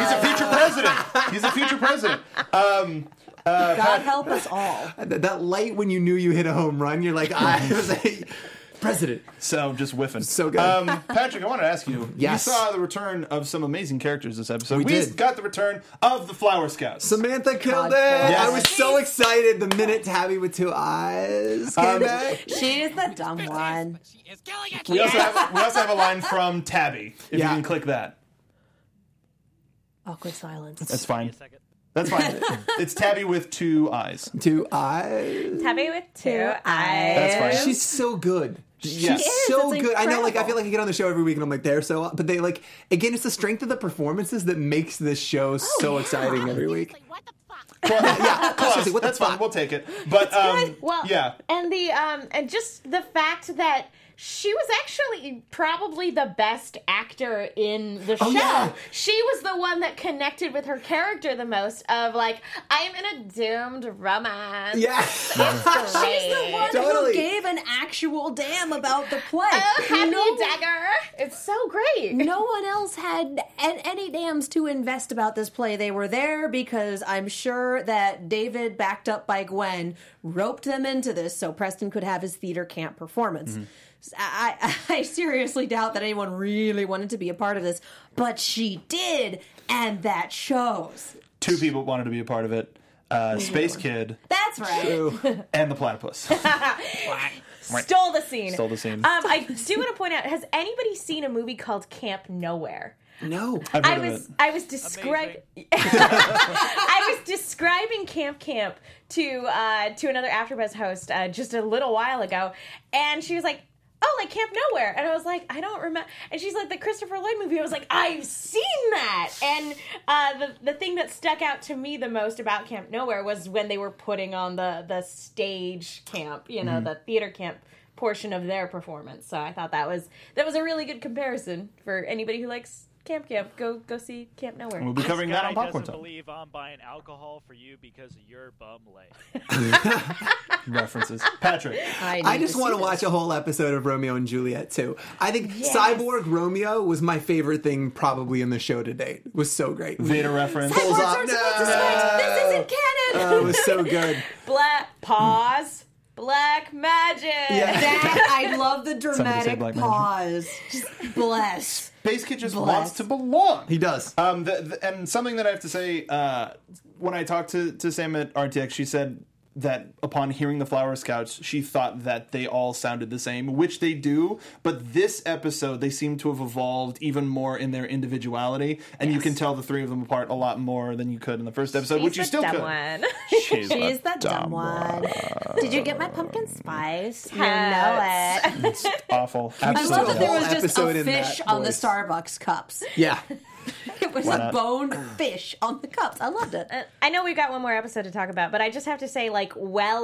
[SPEAKER 1] he's a future president. He's a future president. Um,
[SPEAKER 5] God help us all.
[SPEAKER 4] That, that light when you knew you hit a home run, you're like, I was a president.
[SPEAKER 1] so just whiffing.
[SPEAKER 4] So good.
[SPEAKER 1] Um, Patrick, I want to ask you.
[SPEAKER 4] Yes.
[SPEAKER 1] We saw the return of some amazing characters this episode.
[SPEAKER 4] We
[SPEAKER 1] We,
[SPEAKER 4] did.
[SPEAKER 1] got the return of the Flower Scouts.
[SPEAKER 4] Samantha killed it.
[SPEAKER 5] bless.
[SPEAKER 4] I was so excited the minute Tabby with two eyes
[SPEAKER 1] Um,
[SPEAKER 4] came back.
[SPEAKER 5] She is the dumb
[SPEAKER 6] Bitch is,
[SPEAKER 5] one.
[SPEAKER 6] but she is killing it.
[SPEAKER 1] we, also have, we also have a line from Tabby, if
[SPEAKER 4] Yeah.
[SPEAKER 1] you can click that.
[SPEAKER 5] Awkward silence.
[SPEAKER 1] That's fine.
[SPEAKER 7] a second.
[SPEAKER 1] That's fine. it's Tabby with two eyes.
[SPEAKER 4] Do I?
[SPEAKER 3] Tabby with two
[SPEAKER 1] That's
[SPEAKER 3] eyes.
[SPEAKER 1] fine.
[SPEAKER 4] She's so good. She's
[SPEAKER 1] Yes.
[SPEAKER 4] so
[SPEAKER 5] It's
[SPEAKER 4] good. I know, like, I
[SPEAKER 5] incredible.
[SPEAKER 4] feel like I get on the show every week and I'm like, they're so, but they, like, again, it's the strength of the performances that makes this show
[SPEAKER 5] Oh,
[SPEAKER 4] so exciting every week.
[SPEAKER 6] Like, what the fuck?
[SPEAKER 4] yeah,
[SPEAKER 1] Close.
[SPEAKER 4] seriously, what the
[SPEAKER 1] That's fine.
[SPEAKER 4] fuck?
[SPEAKER 1] We'll take it. But um,
[SPEAKER 3] Good. well,
[SPEAKER 1] yeah.
[SPEAKER 3] and the um, and just the fact that she was actually probably the best actor in the show.
[SPEAKER 1] Oh,
[SPEAKER 4] yeah.
[SPEAKER 3] She was the one that connected with her character the most. Of like, I'm in a doomed romance.
[SPEAKER 4] Yeah.
[SPEAKER 5] She's the one
[SPEAKER 4] Totally.
[SPEAKER 5] who gave an actual damn about the play.
[SPEAKER 3] Oh, happy
[SPEAKER 5] no,
[SPEAKER 3] dagger! It's so great.
[SPEAKER 5] no one else had an- any dams to invest about this play. They were there because I'm sure that David, backed up by Gwen, roped them into this so Preston could have his theater camp performance. S- I, I, I seriously doubt that anyone really wanted to be a part of this, but she did, and that shows.
[SPEAKER 1] Two people wanted to be a part of it. Uh, Space Kid
[SPEAKER 5] That's right.
[SPEAKER 1] and the Platypus.
[SPEAKER 3] Stole the scene.
[SPEAKER 1] Stole the scene.
[SPEAKER 3] Um, I do want to point out: Has anybody seen a movie called Camp Nowhere?
[SPEAKER 4] no.
[SPEAKER 1] I've heard
[SPEAKER 3] I
[SPEAKER 1] of
[SPEAKER 3] was
[SPEAKER 1] it.
[SPEAKER 3] I was describing I was describing Camp Camp to uh, to another AfterBuzz host uh, just a little while ago, and she was like. Oh, like Camp Nowhere, and I was like, I don't remember. And she's like, the Christopher Lloyd movie. I was like, I've seen that. And uh, the the thing that stuck out to me the most about Camp Nowhere was when they were putting on the the stage camp, you know, the theater camp portion of their performance. So I thought that was that was a really good comparison for anybody who likes Camp Camp. Go go see Camp Nowhere.
[SPEAKER 1] We'll be covering
[SPEAKER 7] this
[SPEAKER 1] that
[SPEAKER 7] guy
[SPEAKER 1] on Popcorn
[SPEAKER 7] doesn't
[SPEAKER 1] Time.
[SPEAKER 7] believe I'm buying alcohol for you because of your bum leg.
[SPEAKER 1] References. Patrick.
[SPEAKER 5] I,
[SPEAKER 4] I just want to watch a whole episode of Romeo and Juliet too. I think Cyborg Romeo was my favorite thing probably in the show to date. It was so great.
[SPEAKER 1] Vader reference.
[SPEAKER 4] Bull's
[SPEAKER 5] Words
[SPEAKER 4] up.
[SPEAKER 5] aren't supposed to
[SPEAKER 4] No.
[SPEAKER 5] sweat. This isn't canon.
[SPEAKER 4] Oh, it was so good.
[SPEAKER 3] Black pause. Black magic.
[SPEAKER 5] that I love the
[SPEAKER 1] Somebody say
[SPEAKER 5] dramatic
[SPEAKER 1] Black
[SPEAKER 5] pause. Just bless.
[SPEAKER 1] Space Kid just
[SPEAKER 5] Bless.
[SPEAKER 1] wants to belong.
[SPEAKER 4] He does.
[SPEAKER 1] Um, the, the, and something that I have to say, uh, when I talked to, to Sam at RTX, she said that upon hearing the Flower Scouts, she thought that they all sounded the same, which they do. But this episode, they seem to have evolved even more in their individuality, and you can tell the three of them apart a lot more than you could in the first episode,
[SPEAKER 3] He's
[SPEAKER 1] which you
[SPEAKER 3] the
[SPEAKER 1] still
[SPEAKER 3] dumb
[SPEAKER 1] could.
[SPEAKER 3] one.
[SPEAKER 1] She's
[SPEAKER 5] She's the dumb one. Did you get my pumpkin spice? You know it.
[SPEAKER 1] awful.
[SPEAKER 5] I
[SPEAKER 1] Absolutely
[SPEAKER 5] love that there
[SPEAKER 1] awful.
[SPEAKER 5] was just
[SPEAKER 4] episode
[SPEAKER 5] a
[SPEAKER 4] in that
[SPEAKER 5] fish on the
[SPEAKER 4] voice.
[SPEAKER 5] Starbucks cups.
[SPEAKER 4] Yeah.
[SPEAKER 5] It was a boned fish on the cups. I loved it.
[SPEAKER 3] I know we've got one more episode to talk about, but I just have to say, like,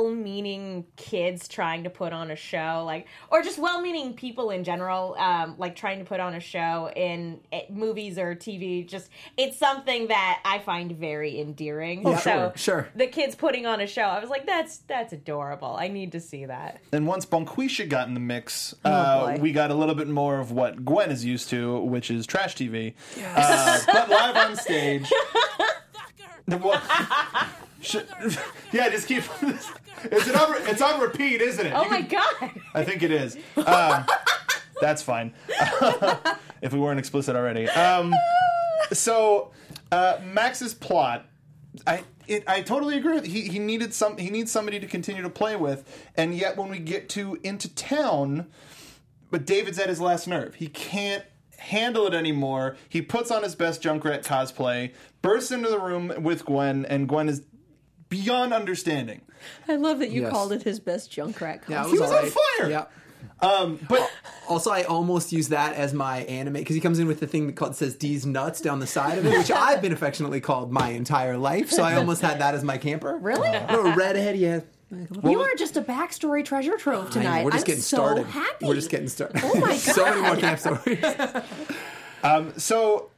[SPEAKER 3] well-meaning kids trying to put on a show, like, or just well-meaning people in general, um, like trying to put on a show in eh, movies or TV. Just it's something that I find very endearing. Oh,
[SPEAKER 4] sure, sure.
[SPEAKER 3] The kids putting on a show, I was like, that's that's adorable. I need to see that.
[SPEAKER 1] And once Bonquisha got in the mix, uh,
[SPEAKER 5] boy.
[SPEAKER 1] we got a little bit more of what Gwen is used to, which is trash TV. Uh, but live on stage. The one- Sh- yeah, just keep. it's, an on, it's on repeat, isn't it?
[SPEAKER 3] Oh my god!
[SPEAKER 1] I think it is. Um, that's fine. if we weren't explicit already. Um, so uh, Max's plot, I it, I totally agree with. He he needed some he needs somebody to continue to play with, and yet when we get to into town, but David's at his last nerve. He can't handle it anymore. He puts on his best Junkrat cosplay, bursts into the room with Gwen, and Gwen is beyond understanding.
[SPEAKER 5] I love that you
[SPEAKER 4] Yes.
[SPEAKER 5] called it his best junk rat
[SPEAKER 4] yeah
[SPEAKER 5] cup.
[SPEAKER 1] He was
[SPEAKER 4] all
[SPEAKER 1] on
[SPEAKER 4] right.
[SPEAKER 1] fire!
[SPEAKER 4] Yeah.
[SPEAKER 1] Um, But
[SPEAKER 4] Also, I almost use that as my anime because he comes in with the thing that called, says D's nuts down the side of it, which I've been affectionately called my entire life. So I almost had that as my camper.
[SPEAKER 5] Really?
[SPEAKER 4] Little redhead, yeah.
[SPEAKER 5] You are just a backstory treasure trove tonight.
[SPEAKER 4] We're just
[SPEAKER 5] I'm
[SPEAKER 4] getting
[SPEAKER 5] so
[SPEAKER 4] started.
[SPEAKER 5] happy.
[SPEAKER 4] We're just getting started.
[SPEAKER 5] Oh my
[SPEAKER 4] so many more camp stories.
[SPEAKER 1] So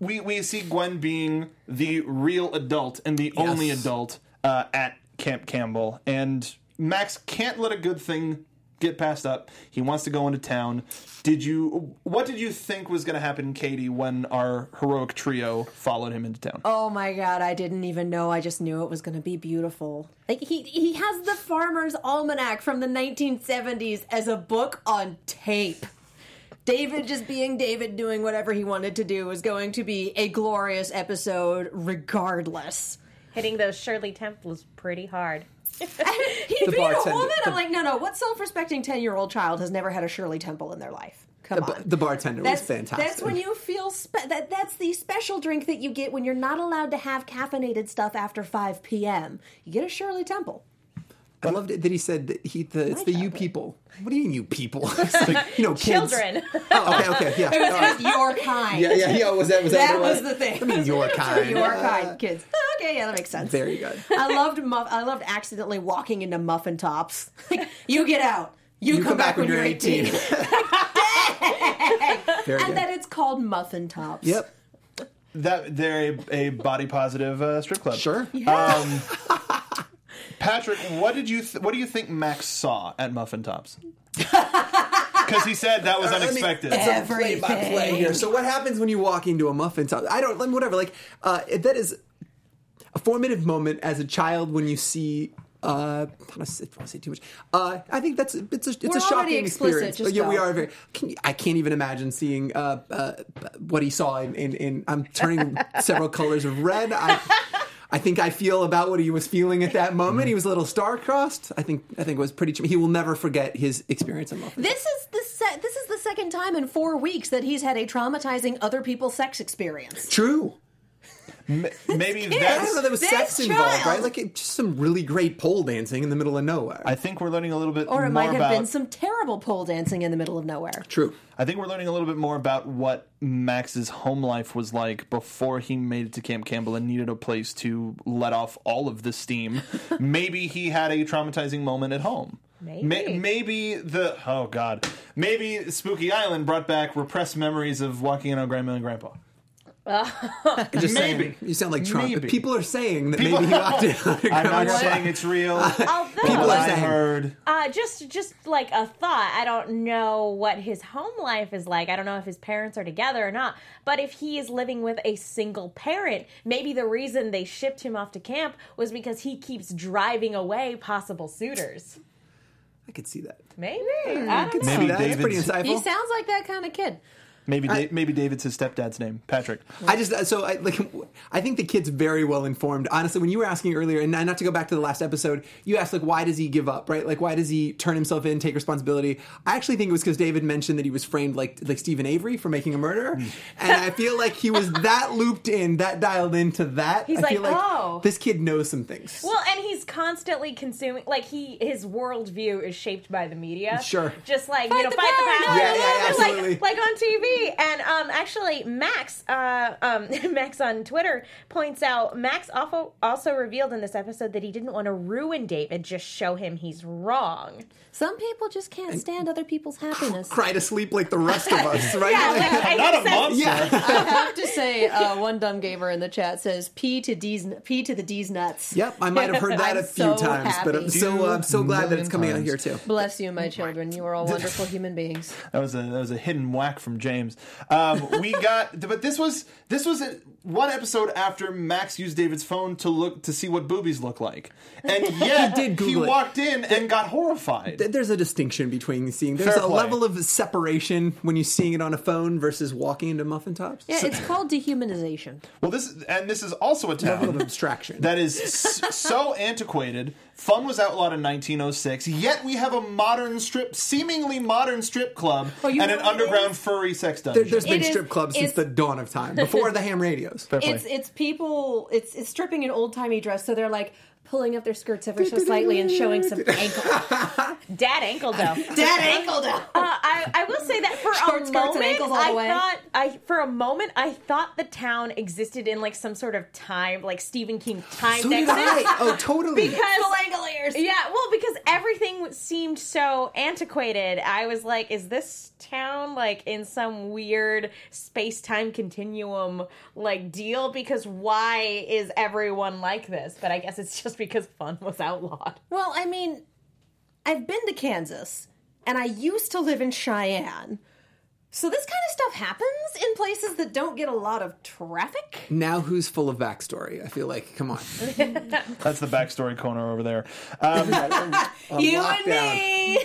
[SPEAKER 1] we we see Gwen being the real adult and the only adult uh, at Camp Campbell, and Max can't let a good thing get passed up. He wants to go into town. Did you? What did you think was going to happen, Katie, when our heroic trio followed him into town?
[SPEAKER 5] Oh my god, I didn't even know. I just knew it was going to be beautiful. Like he he has the Farmer's Almanac from the 1970s as a book on tape. David just being David doing whatever he wanted to do was going to be a glorious episode regardless.
[SPEAKER 3] Hitting those Shirley Temples pretty hard.
[SPEAKER 5] he
[SPEAKER 4] The
[SPEAKER 5] beat a
[SPEAKER 4] bartender-
[SPEAKER 5] woman.
[SPEAKER 4] the-
[SPEAKER 5] I'm like, no, no. What self-respecting ten-year-old child has never had a Shirley Temple in their life? Come
[SPEAKER 4] The ba-
[SPEAKER 5] on.
[SPEAKER 4] the bartender was
[SPEAKER 5] that's,
[SPEAKER 4] fantastic.
[SPEAKER 5] That's when you feel spe- that. That's the special drink that you get when you're not allowed to have caffeinated stuff after 5 p.m. You get a Shirley Temple.
[SPEAKER 4] I loved it that he said that he the, it's the you
[SPEAKER 5] chocolate.
[SPEAKER 4] people. What do you mean you people? It's like, you know, kids.
[SPEAKER 3] Children.
[SPEAKER 4] Oh, okay, okay, yeah.
[SPEAKER 5] It was,
[SPEAKER 4] all right.
[SPEAKER 5] it was your kind.
[SPEAKER 4] Yeah, yeah, yeah. Was that was that,
[SPEAKER 5] That
[SPEAKER 4] what it
[SPEAKER 5] was the thing.
[SPEAKER 4] I mean, your kind.
[SPEAKER 5] Your kind, kids. Okay, yeah, that makes sense.
[SPEAKER 4] Very good.
[SPEAKER 5] I loved muff. I loved accidentally walking into muffin tops. Like, you get out. You, come, back, when you're 18.
[SPEAKER 4] Very
[SPEAKER 5] and
[SPEAKER 4] good.
[SPEAKER 5] that it's called muffin tops.
[SPEAKER 4] Yep.
[SPEAKER 1] That they're a, a body positive uh, strip club.
[SPEAKER 4] Sure.
[SPEAKER 1] Um, Patrick, what did you th- what do you think Max saw at Muffin Tops? Because he said that was
[SPEAKER 4] All right, let me-
[SPEAKER 1] unexpected.
[SPEAKER 4] let's have play by
[SPEAKER 5] Everything.
[SPEAKER 4] play here. So what happens when you walk into a muffin top? I don't. let me- Whatever. Like uh, that is a formative moment as a child when you see. Uh, I don't say, don't say too much. Uh, I think that's it's a it's
[SPEAKER 5] We're
[SPEAKER 4] a
[SPEAKER 5] already
[SPEAKER 4] shocking
[SPEAKER 5] explicit,
[SPEAKER 4] experience.
[SPEAKER 5] just
[SPEAKER 4] yeah, we
[SPEAKER 5] go.
[SPEAKER 4] are very. Can you, I can't even imagine seeing uh, uh, what he saw. In, in, in I'm turning several colors of red. I, I think I feel about what he was feeling at that moment. He was a little star-crossed. I think I think it was pretty. He will never forget his experience in muffin.
[SPEAKER 5] This is the se- this is the second time in four weeks that he's had a traumatizing other people's sex experience.
[SPEAKER 4] True.
[SPEAKER 1] Maybe
[SPEAKER 4] I
[SPEAKER 1] that's.
[SPEAKER 4] don't know. There was
[SPEAKER 5] This
[SPEAKER 4] sex
[SPEAKER 5] child-
[SPEAKER 4] involved, right? Like it, just some really great pole dancing in the middle of nowhere.
[SPEAKER 1] I think we're learning a little bit
[SPEAKER 5] Or it
[SPEAKER 1] more
[SPEAKER 5] might have
[SPEAKER 1] about.
[SPEAKER 5] been some terrible pole dancing in the middle of nowhere.
[SPEAKER 4] True.
[SPEAKER 1] I think we're learning a little bit more about what Max's home life was like before he made it to Camp Campbell and needed a place to let off all of the steam. maybe he had a traumatizing moment at home.
[SPEAKER 3] Maybe.
[SPEAKER 1] maybe the oh god, maybe Spooky Island brought back repressed memories of walking in on Grandma and Grandpa.
[SPEAKER 4] I'm Just saying-
[SPEAKER 1] Maybe.
[SPEAKER 4] you sound like Trump.
[SPEAKER 1] Maybe.
[SPEAKER 4] People are saying that maybe he walked in.
[SPEAKER 1] I'm not saying it's real.
[SPEAKER 3] Although,
[SPEAKER 4] People
[SPEAKER 1] People
[SPEAKER 4] are
[SPEAKER 1] I
[SPEAKER 4] saying-
[SPEAKER 1] heard.
[SPEAKER 3] Uh, just just like a thought. I don't know what his home life is like. I don't know if his parents are together or not. But if he is living with a single parent, maybe the reason they shipped him off to camp was because he keeps driving away possible suitors.
[SPEAKER 4] I could see that.
[SPEAKER 3] Maybe. I don't know.
[SPEAKER 1] Maybe
[SPEAKER 4] See that? That's pretty
[SPEAKER 1] David's-
[SPEAKER 4] insightful.
[SPEAKER 5] He sounds like that kind of kid.
[SPEAKER 1] Maybe Da- maybe David's his stepdad's name, Patrick.
[SPEAKER 4] I just uh, so I like I think the kid's very well informed. Honestly, when you were asking earlier, and not to go back to the last episode, you asked like why does he give up, right? Like why does he turn himself in, take responsibility? I actually think it was because David mentioned that he was framed like like Stephen Avery for making a murderer, and I feel like he was that looped in, that dialed into that.
[SPEAKER 3] He's
[SPEAKER 4] I feel
[SPEAKER 3] like, "Oh."
[SPEAKER 4] this kid knows some things.
[SPEAKER 3] Well, and he's constantly consuming. Like he, his worldview is shaped by the media.
[SPEAKER 4] Sure.
[SPEAKER 3] Just like you know,
[SPEAKER 5] the
[SPEAKER 3] fight the
[SPEAKER 5] power,
[SPEAKER 3] power.
[SPEAKER 4] Yeah, yeah, yeah, absolutely.
[SPEAKER 3] Like, like on TV, and um, actually, Max, uh, um, Max on Twitter points out Max also also revealed in this episode that he didn't want to ruin David, just show him he's wrong.
[SPEAKER 5] Some people just can't stand other people's happiness.
[SPEAKER 4] Cry to sleep like the rest of us, right? Like-
[SPEAKER 3] I
[SPEAKER 1] Not a
[SPEAKER 3] think that's-
[SPEAKER 1] monster.
[SPEAKER 5] I have to say, uh, one dumb gamer in the chat says P to D's P to the D's nuts.
[SPEAKER 4] Yep, I might have heard that a
[SPEAKER 5] I'm
[SPEAKER 4] few
[SPEAKER 5] so
[SPEAKER 4] times, but I'm
[SPEAKER 5] happy.
[SPEAKER 4] so uh, I'm so glad that it's
[SPEAKER 1] Million
[SPEAKER 4] coming out
[SPEAKER 1] times.
[SPEAKER 4] here too.
[SPEAKER 5] Bless you, my children. You are all wonderful human beings.
[SPEAKER 1] That was a that was a hidden whack from James. Um, we got, but this was this was a, one episode after Max used David's phone to look to see what boobies look like, and yet
[SPEAKER 4] He did Google it.
[SPEAKER 1] walked in and got horrified.
[SPEAKER 4] Th- There's a distinction between seeing. There's
[SPEAKER 1] Fair
[SPEAKER 4] a
[SPEAKER 1] play.
[SPEAKER 4] level of separation when you're seeing it on a phone versus walking into muffin tops.
[SPEAKER 5] Yeah, it's called dehumanization.
[SPEAKER 1] Well, this is- and this is also a
[SPEAKER 4] level of
[SPEAKER 1] town
[SPEAKER 4] abstraction.
[SPEAKER 1] that is s- so antiquated. Fun was outlawed in 1906, yet we have a modern strip, seemingly modern strip club,
[SPEAKER 5] Oh, you
[SPEAKER 1] and
[SPEAKER 5] know
[SPEAKER 1] an
[SPEAKER 5] what it
[SPEAKER 1] underground
[SPEAKER 5] is?
[SPEAKER 1] furry sex
[SPEAKER 4] there,
[SPEAKER 1] dungeon.
[SPEAKER 4] has been
[SPEAKER 5] It is-
[SPEAKER 4] strip clubs since
[SPEAKER 5] it's-
[SPEAKER 4] the dawn of time, before the ham radios.
[SPEAKER 1] play.
[SPEAKER 5] It's it's people. It's it's stripping an old timey dress, so they're like pulling up their skirts ever so slightly and showing some ankle.
[SPEAKER 3] Dad ankle though.
[SPEAKER 5] Dead ankle down.
[SPEAKER 3] Uh, I, I will say that for
[SPEAKER 5] Short
[SPEAKER 3] a
[SPEAKER 5] skirts and
[SPEAKER 3] moment,
[SPEAKER 5] ankles all the
[SPEAKER 3] I
[SPEAKER 5] way.
[SPEAKER 3] thought I for a moment I thought the town existed in like some sort of time, like Stephen King time.
[SPEAKER 4] So did
[SPEAKER 3] nexus.
[SPEAKER 4] I. Oh, totally.
[SPEAKER 3] Because
[SPEAKER 5] Langoliers.
[SPEAKER 3] yeah, well, because everything seemed so antiquated. I was like, is this town like in some weird space time continuum like deal? Because why is everyone like this? But I guess it's just because fun was outlawed.
[SPEAKER 5] Well, I mean, I've been to Kansas and I used to live in Cheyenne. So this kind of stuff happens in places that don't get a lot of traffic.
[SPEAKER 4] now who's full of backstory? I feel like, come on.
[SPEAKER 1] That's the backstory corner over there. Um,
[SPEAKER 5] you
[SPEAKER 4] lockdown.
[SPEAKER 5] and me.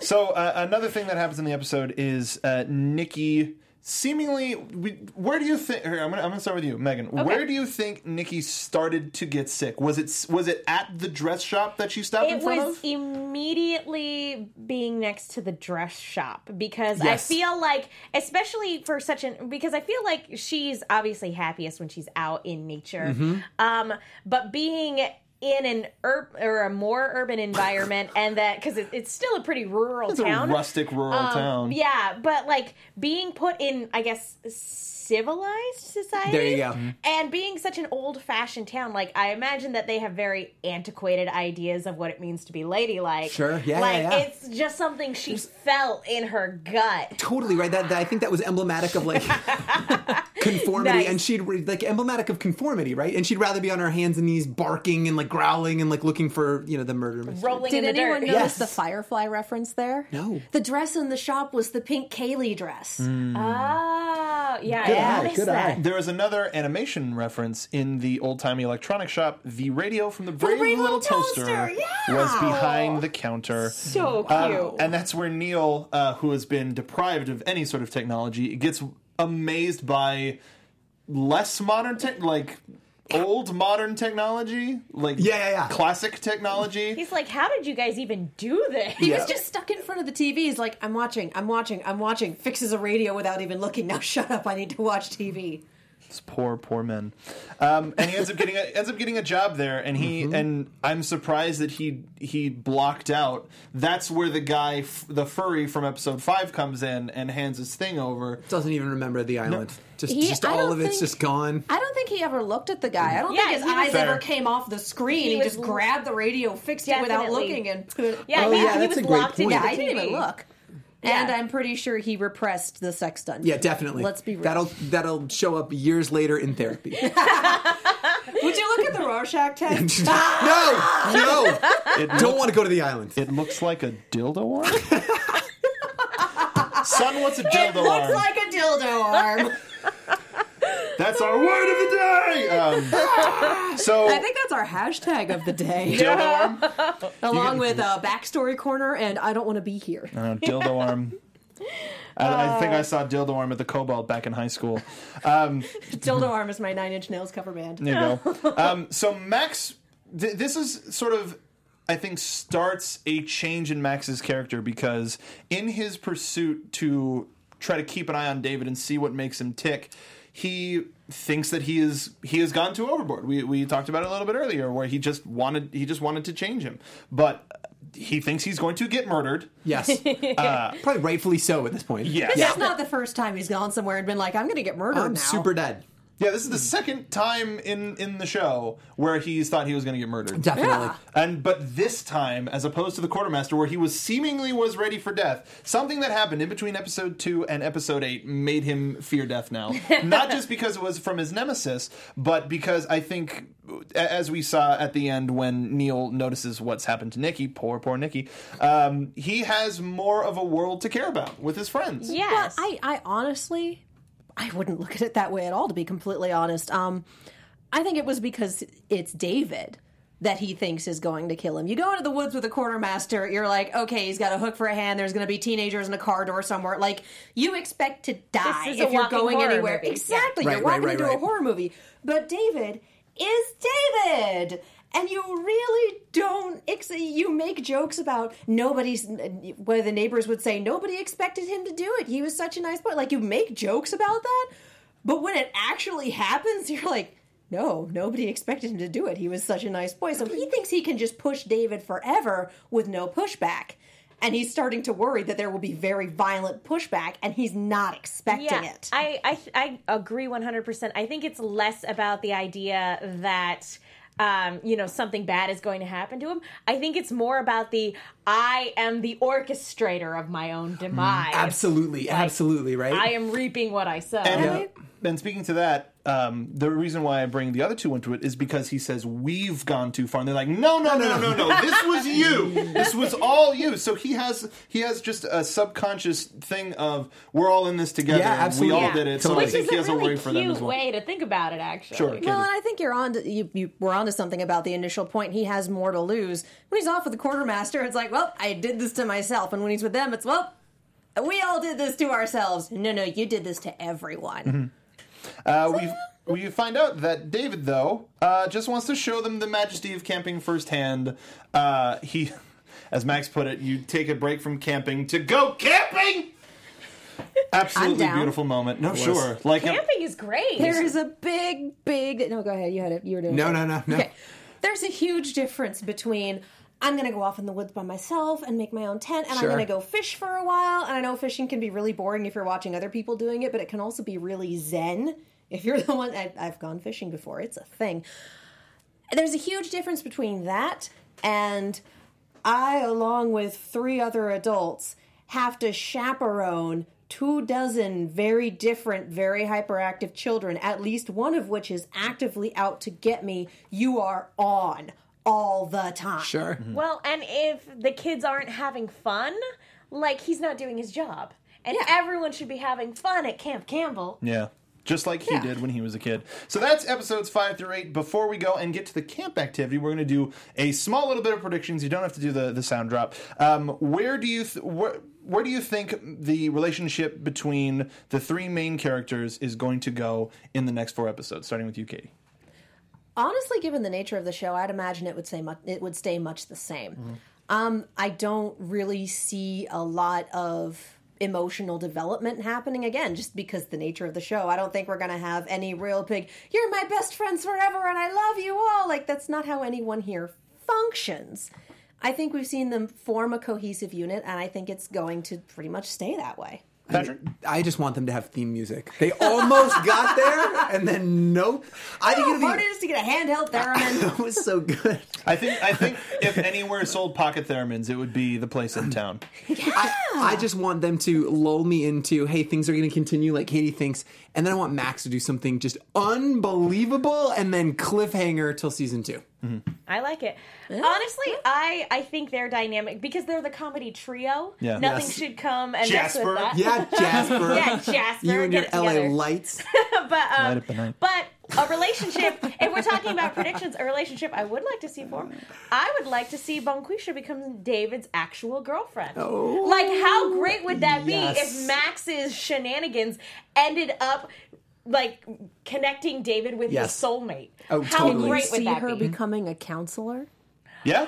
[SPEAKER 1] So uh, another thing that happens in the episode is uh, Nikki seemingly, we, where do you think? here, I'm gonna, I'm gonna start with you, Megan. Where do you think Nikki started to get sick? Was it was it at the dress shop that she stopped in
[SPEAKER 3] It
[SPEAKER 1] front
[SPEAKER 3] was
[SPEAKER 1] of?
[SPEAKER 3] immediately being next to the dress shop because
[SPEAKER 4] Yes.
[SPEAKER 3] I feel like, especially for such an, because I feel like she's obviously happiest when she's out in nature. Um, but being in an ur- or a more urban environment, and that because it, it's still a pretty rural
[SPEAKER 1] It's
[SPEAKER 3] town,
[SPEAKER 1] a rustic rural
[SPEAKER 3] Um,
[SPEAKER 1] town.
[SPEAKER 3] Yeah, but like being put in, I guess, civilized society.
[SPEAKER 4] There you go.
[SPEAKER 5] Mm-hmm.
[SPEAKER 3] And being such an old-fashioned town, like I imagine that they have very antiquated ideas of what it means to be ladylike.
[SPEAKER 4] Sure, yeah, yeah,
[SPEAKER 3] like
[SPEAKER 4] yeah.
[SPEAKER 3] it's just something she felt in her gut.
[SPEAKER 4] totally right. That, that- I think that was emblematic of like conformity,
[SPEAKER 3] Nice.
[SPEAKER 4] and she'd re- like emblematic of conformity, right? And she'd rather be on her hands and knees, barking and like growling and like looking for you know the murder. mystery.
[SPEAKER 3] Rolling
[SPEAKER 5] Did
[SPEAKER 3] in the
[SPEAKER 5] anyone
[SPEAKER 3] dirt.
[SPEAKER 5] notice
[SPEAKER 4] Yes.
[SPEAKER 5] the Firefly reference there?
[SPEAKER 4] No. Mm.
[SPEAKER 5] The dress in the shop was the pink Kaylee dress.
[SPEAKER 3] Oh, yeah,
[SPEAKER 4] Good
[SPEAKER 3] I
[SPEAKER 4] eye,
[SPEAKER 3] noticed
[SPEAKER 4] good
[SPEAKER 3] that.
[SPEAKER 4] eye.
[SPEAKER 1] There is another animation reference in the old timey electronic shop. The radio from the Brave,
[SPEAKER 5] Brave
[SPEAKER 1] Little
[SPEAKER 5] Little
[SPEAKER 1] Toaster,
[SPEAKER 5] Toaster, yeah!
[SPEAKER 1] was behind the counter.
[SPEAKER 3] So cute.
[SPEAKER 1] Um, and that's where Neil, uh, who has been deprived of any sort of technology, gets amazed by less modern tech, like old modern technology, like
[SPEAKER 4] Yeah, yeah, yeah.
[SPEAKER 1] classic technology.
[SPEAKER 3] He's like, "How did you guys even do this?"
[SPEAKER 5] He was just stuck in front of the TV. He's like, I'm watching, I'm watching, I'm watching. Fixes a radio without even looking. Now shut up, I need to watch TV.
[SPEAKER 1] It's poor, poor men. Um, and he ends up getting a, ends up getting a job there. And he and I'm surprised that he he blocked out. That's where the guy, f- the furry from episode five, comes in and hands his thing over.
[SPEAKER 4] Doesn't even remember the island. Just,
[SPEAKER 5] He-
[SPEAKER 4] just
[SPEAKER 5] I
[SPEAKER 4] all
[SPEAKER 5] don't
[SPEAKER 4] of it's
[SPEAKER 5] think-
[SPEAKER 4] just gone.
[SPEAKER 5] I don't think he ever looked at the guy. I don't
[SPEAKER 3] Yeah,
[SPEAKER 5] think his
[SPEAKER 3] he was-
[SPEAKER 5] eyes
[SPEAKER 1] Fair.
[SPEAKER 5] ever came off the screen.
[SPEAKER 3] He
[SPEAKER 5] He,
[SPEAKER 3] was
[SPEAKER 5] just
[SPEAKER 3] l-
[SPEAKER 5] grabbed the radio, fixed it without
[SPEAKER 3] Definitely.
[SPEAKER 5] looking, and put
[SPEAKER 3] Yeah,
[SPEAKER 4] Oh,
[SPEAKER 3] he,
[SPEAKER 4] yeah,
[SPEAKER 3] he
[SPEAKER 4] that's
[SPEAKER 3] was
[SPEAKER 4] a great
[SPEAKER 3] locked
[SPEAKER 4] point.
[SPEAKER 5] yeah,
[SPEAKER 3] into the
[SPEAKER 5] I didn't
[SPEAKER 3] TV.
[SPEAKER 5] even look. And
[SPEAKER 3] Yeah.
[SPEAKER 5] I'm pretty sure he repressed the sex done.
[SPEAKER 4] Yeah, definitely.
[SPEAKER 5] Let's be real.
[SPEAKER 4] That'll that'll show up years later in therapy.
[SPEAKER 5] Would you look at the Rorschach test?
[SPEAKER 4] no, no,
[SPEAKER 1] It
[SPEAKER 4] don't want to go to the island.
[SPEAKER 1] It looks like a dildo arm. Son, what's a
[SPEAKER 5] it
[SPEAKER 1] dildo
[SPEAKER 5] looks
[SPEAKER 4] Um,
[SPEAKER 1] arm?
[SPEAKER 5] like a dildo arm.
[SPEAKER 1] That's our word of the day. Um, so
[SPEAKER 5] I think that's our hashtag of the day,
[SPEAKER 1] dildo arm,
[SPEAKER 5] along with uh, backstory corner and I don't want to be here.
[SPEAKER 1] No, Uh, dildo arm. I, I think
[SPEAKER 5] Uh.
[SPEAKER 1] I saw dildo arm at the Cobalt back in high school.
[SPEAKER 5] dildo arm is my Nine Inch Nails cover band.
[SPEAKER 1] There you go. Um, so Max, th- this is sort of, I think, starts a change in Max's character because in his pursuit to try to keep an eye on David and see what makes him tick, he thinks that he is he has gone too overboard. We we talked about it a little bit earlier, where he just wanted he just wanted to change him, but uh, he thinks he's going to get murdered.
[SPEAKER 4] Yes, Uh, probably rightfully so at this point.
[SPEAKER 1] Yes.
[SPEAKER 5] That's not the first time he's gone somewhere and been like, I'm going to get murdered
[SPEAKER 4] I'm
[SPEAKER 5] now.
[SPEAKER 4] super dead.
[SPEAKER 1] Yeah, this is the second time in in the show where he's thought he was going to get murdered.
[SPEAKER 4] Definitely.
[SPEAKER 5] Yeah.
[SPEAKER 1] And but this time, as opposed to the quartermaster, where he was seemingly was ready for death, something that happened in between episode two and episode eight made him fear death now. Not just because it was from his nemesis, but because I think, a- as we saw at the end when Neil notices what's happened to Nikki, poor poor Nikki, um, he has more of a world to care about with his friends.
[SPEAKER 3] Yes.
[SPEAKER 5] I, I honestly, I wouldn't look at it that way at all, to be completely honest. Um, I think it was because it's David that he thinks is going to kill him. You go into the woods with a quartermaster, you're like, okay, he's got a hook for a hand, there's going to be teenagers in a car door somewhere. Like, you expect to die
[SPEAKER 3] This is a
[SPEAKER 5] if you're
[SPEAKER 3] walking
[SPEAKER 5] going
[SPEAKER 3] horror
[SPEAKER 5] anywhere.
[SPEAKER 3] movie.
[SPEAKER 5] Exactly.
[SPEAKER 4] Right,
[SPEAKER 5] you're
[SPEAKER 4] right,
[SPEAKER 5] walking
[SPEAKER 4] right,
[SPEAKER 5] into
[SPEAKER 4] right.
[SPEAKER 5] a horror movie. But David is David. And you really don't. Ex- you make jokes about nobody's. Where the neighbors would say nobody expected him to do it. He was such a nice boy. Like you make jokes about that, but when it actually happens, you're like, no, nobody expected him to do it. He was such a nice boy. So he thinks he can just push David forever with no pushback, and he's starting to worry that there will be very violent pushback, and he's not expecting it.
[SPEAKER 3] I, I I agree 100%. I think it's less about the idea that um, you know something bad is going to happen to him. I think it's more about the I am the orchestrator of my own
[SPEAKER 1] Mm-hmm.
[SPEAKER 3] demise.
[SPEAKER 4] Absolutely, absolutely, right?
[SPEAKER 3] I am reaping what I sow.
[SPEAKER 1] And, uh, and speaking to that, um, the reason why I bring the other two into it is because he says we've gone too far, and they're like, no, no, no, no, no, no. This was you. This was all you. So he has he has just a subconscious thing of we're all in this together.
[SPEAKER 4] Yeah,
[SPEAKER 1] and we all
[SPEAKER 4] absolutely.
[SPEAKER 1] did it. So
[SPEAKER 4] Totally.
[SPEAKER 1] I
[SPEAKER 3] Which
[SPEAKER 1] think
[SPEAKER 3] is
[SPEAKER 1] he
[SPEAKER 3] a
[SPEAKER 1] has
[SPEAKER 3] really
[SPEAKER 1] a worry for them
[SPEAKER 3] cute
[SPEAKER 1] as well.
[SPEAKER 3] way to think about it, actually.
[SPEAKER 1] Sure, Katie.
[SPEAKER 5] Well, and I think you're on. To, you, you were onto something about the initial point. He has more to lose. When he's off with the quartermaster, it's like, well, I did this to myself. And when he's with them, it's well, we all did this to ourselves. No, no, you did this to everyone.
[SPEAKER 1] Uh, we we find out that David though uh, just wants to show them the majesty of camping firsthand. Uh, he, as Max put it, you take a break from camping to go camping. Absolutely
[SPEAKER 5] I'm down.
[SPEAKER 1] beautiful moment. No, sure. Like a-
[SPEAKER 3] Camping is great.
[SPEAKER 5] There is a big, big. No, go ahead. You had it. You were doing.
[SPEAKER 4] No,
[SPEAKER 5] it.
[SPEAKER 4] no, no, no.
[SPEAKER 5] Okay. There's a huge difference between I'm going to go off in the woods by myself and make my own tent, and
[SPEAKER 4] Sure.
[SPEAKER 5] I'm going to go fish for a while. And I know fishing can be really boring if you're watching other people doing it, but it can also be really zen if you're the one. I, I've gone fishing before; it's a thing. There's a huge difference between that and I, along with three other adults, have to chaperone two dozen very different, very hyperactive children, at least one of which is actively out to get me. You are on all the time.
[SPEAKER 4] Sure.
[SPEAKER 1] Mm-hmm.
[SPEAKER 3] Well, and if the kids aren't having fun, like he's not doing his job. And everyone should be having fun at Camp Campbell.
[SPEAKER 1] yeah. Just like he did when he was a kid. So that's episodes five through eight. Before we go and get to the camp activity, we're going to do a small little bit of predictions. You don't have to do the, the sound drop. Um, where do you th- where, where do you think the relationship between the three main characters is going to go in the next four episodes? Starting with you, Katie.
[SPEAKER 5] honestly, given the nature of the show, I'd imagine it would say much, it would stay much the same. Um, I don't really see a lot of emotional development happening again, just because the nature of the show. I don't think we're gonna have any real big. You're my best friends forever, and I love you all. Like that's not how anyone here functions. I think we've seen them form a cohesive unit, and I think it's going to pretty much stay that way.
[SPEAKER 1] Patrick.
[SPEAKER 4] I just want them to have theme music. They almost got there, and then nope. I think
[SPEAKER 5] How
[SPEAKER 4] it'll
[SPEAKER 5] hard
[SPEAKER 4] be.
[SPEAKER 5] it is to get a handheld theremin.
[SPEAKER 4] That was so good.
[SPEAKER 1] I think I think if anywhere sold pocket theremins, it would be the place in town.
[SPEAKER 4] I, I just want them to lull me into, hey, things are going to continue like Katie thinks, and then I want Max to do something just unbelievable, and then cliffhanger till season two.
[SPEAKER 3] I like it. Honestly, I I think they're dynamic because they're the comedy trio.
[SPEAKER 1] Yeah.
[SPEAKER 3] Nothing
[SPEAKER 4] Yes.
[SPEAKER 3] should come and mess
[SPEAKER 1] Jasper.
[SPEAKER 3] with that.
[SPEAKER 4] Yeah, Jasper.
[SPEAKER 3] Yeah, Jasper.
[SPEAKER 4] You and your
[SPEAKER 3] get it
[SPEAKER 4] LA
[SPEAKER 3] together.
[SPEAKER 4] lights.
[SPEAKER 3] but um,
[SPEAKER 1] Light up the night.
[SPEAKER 3] but a relationship. if we're talking about predictions, a relationship I would like to see form. I would like to see Bonquisha become David's actual girlfriend.
[SPEAKER 4] Oh.
[SPEAKER 3] like how great would that be
[SPEAKER 4] Yes.
[SPEAKER 3] if Max's shenanigans ended up like connecting David with
[SPEAKER 4] Yes.
[SPEAKER 3] his soulmate?
[SPEAKER 4] Oh,
[SPEAKER 3] how
[SPEAKER 4] totally.
[SPEAKER 3] great would
[SPEAKER 5] See
[SPEAKER 3] that
[SPEAKER 5] her
[SPEAKER 3] be?
[SPEAKER 5] becoming a counselor.
[SPEAKER 1] Yeah.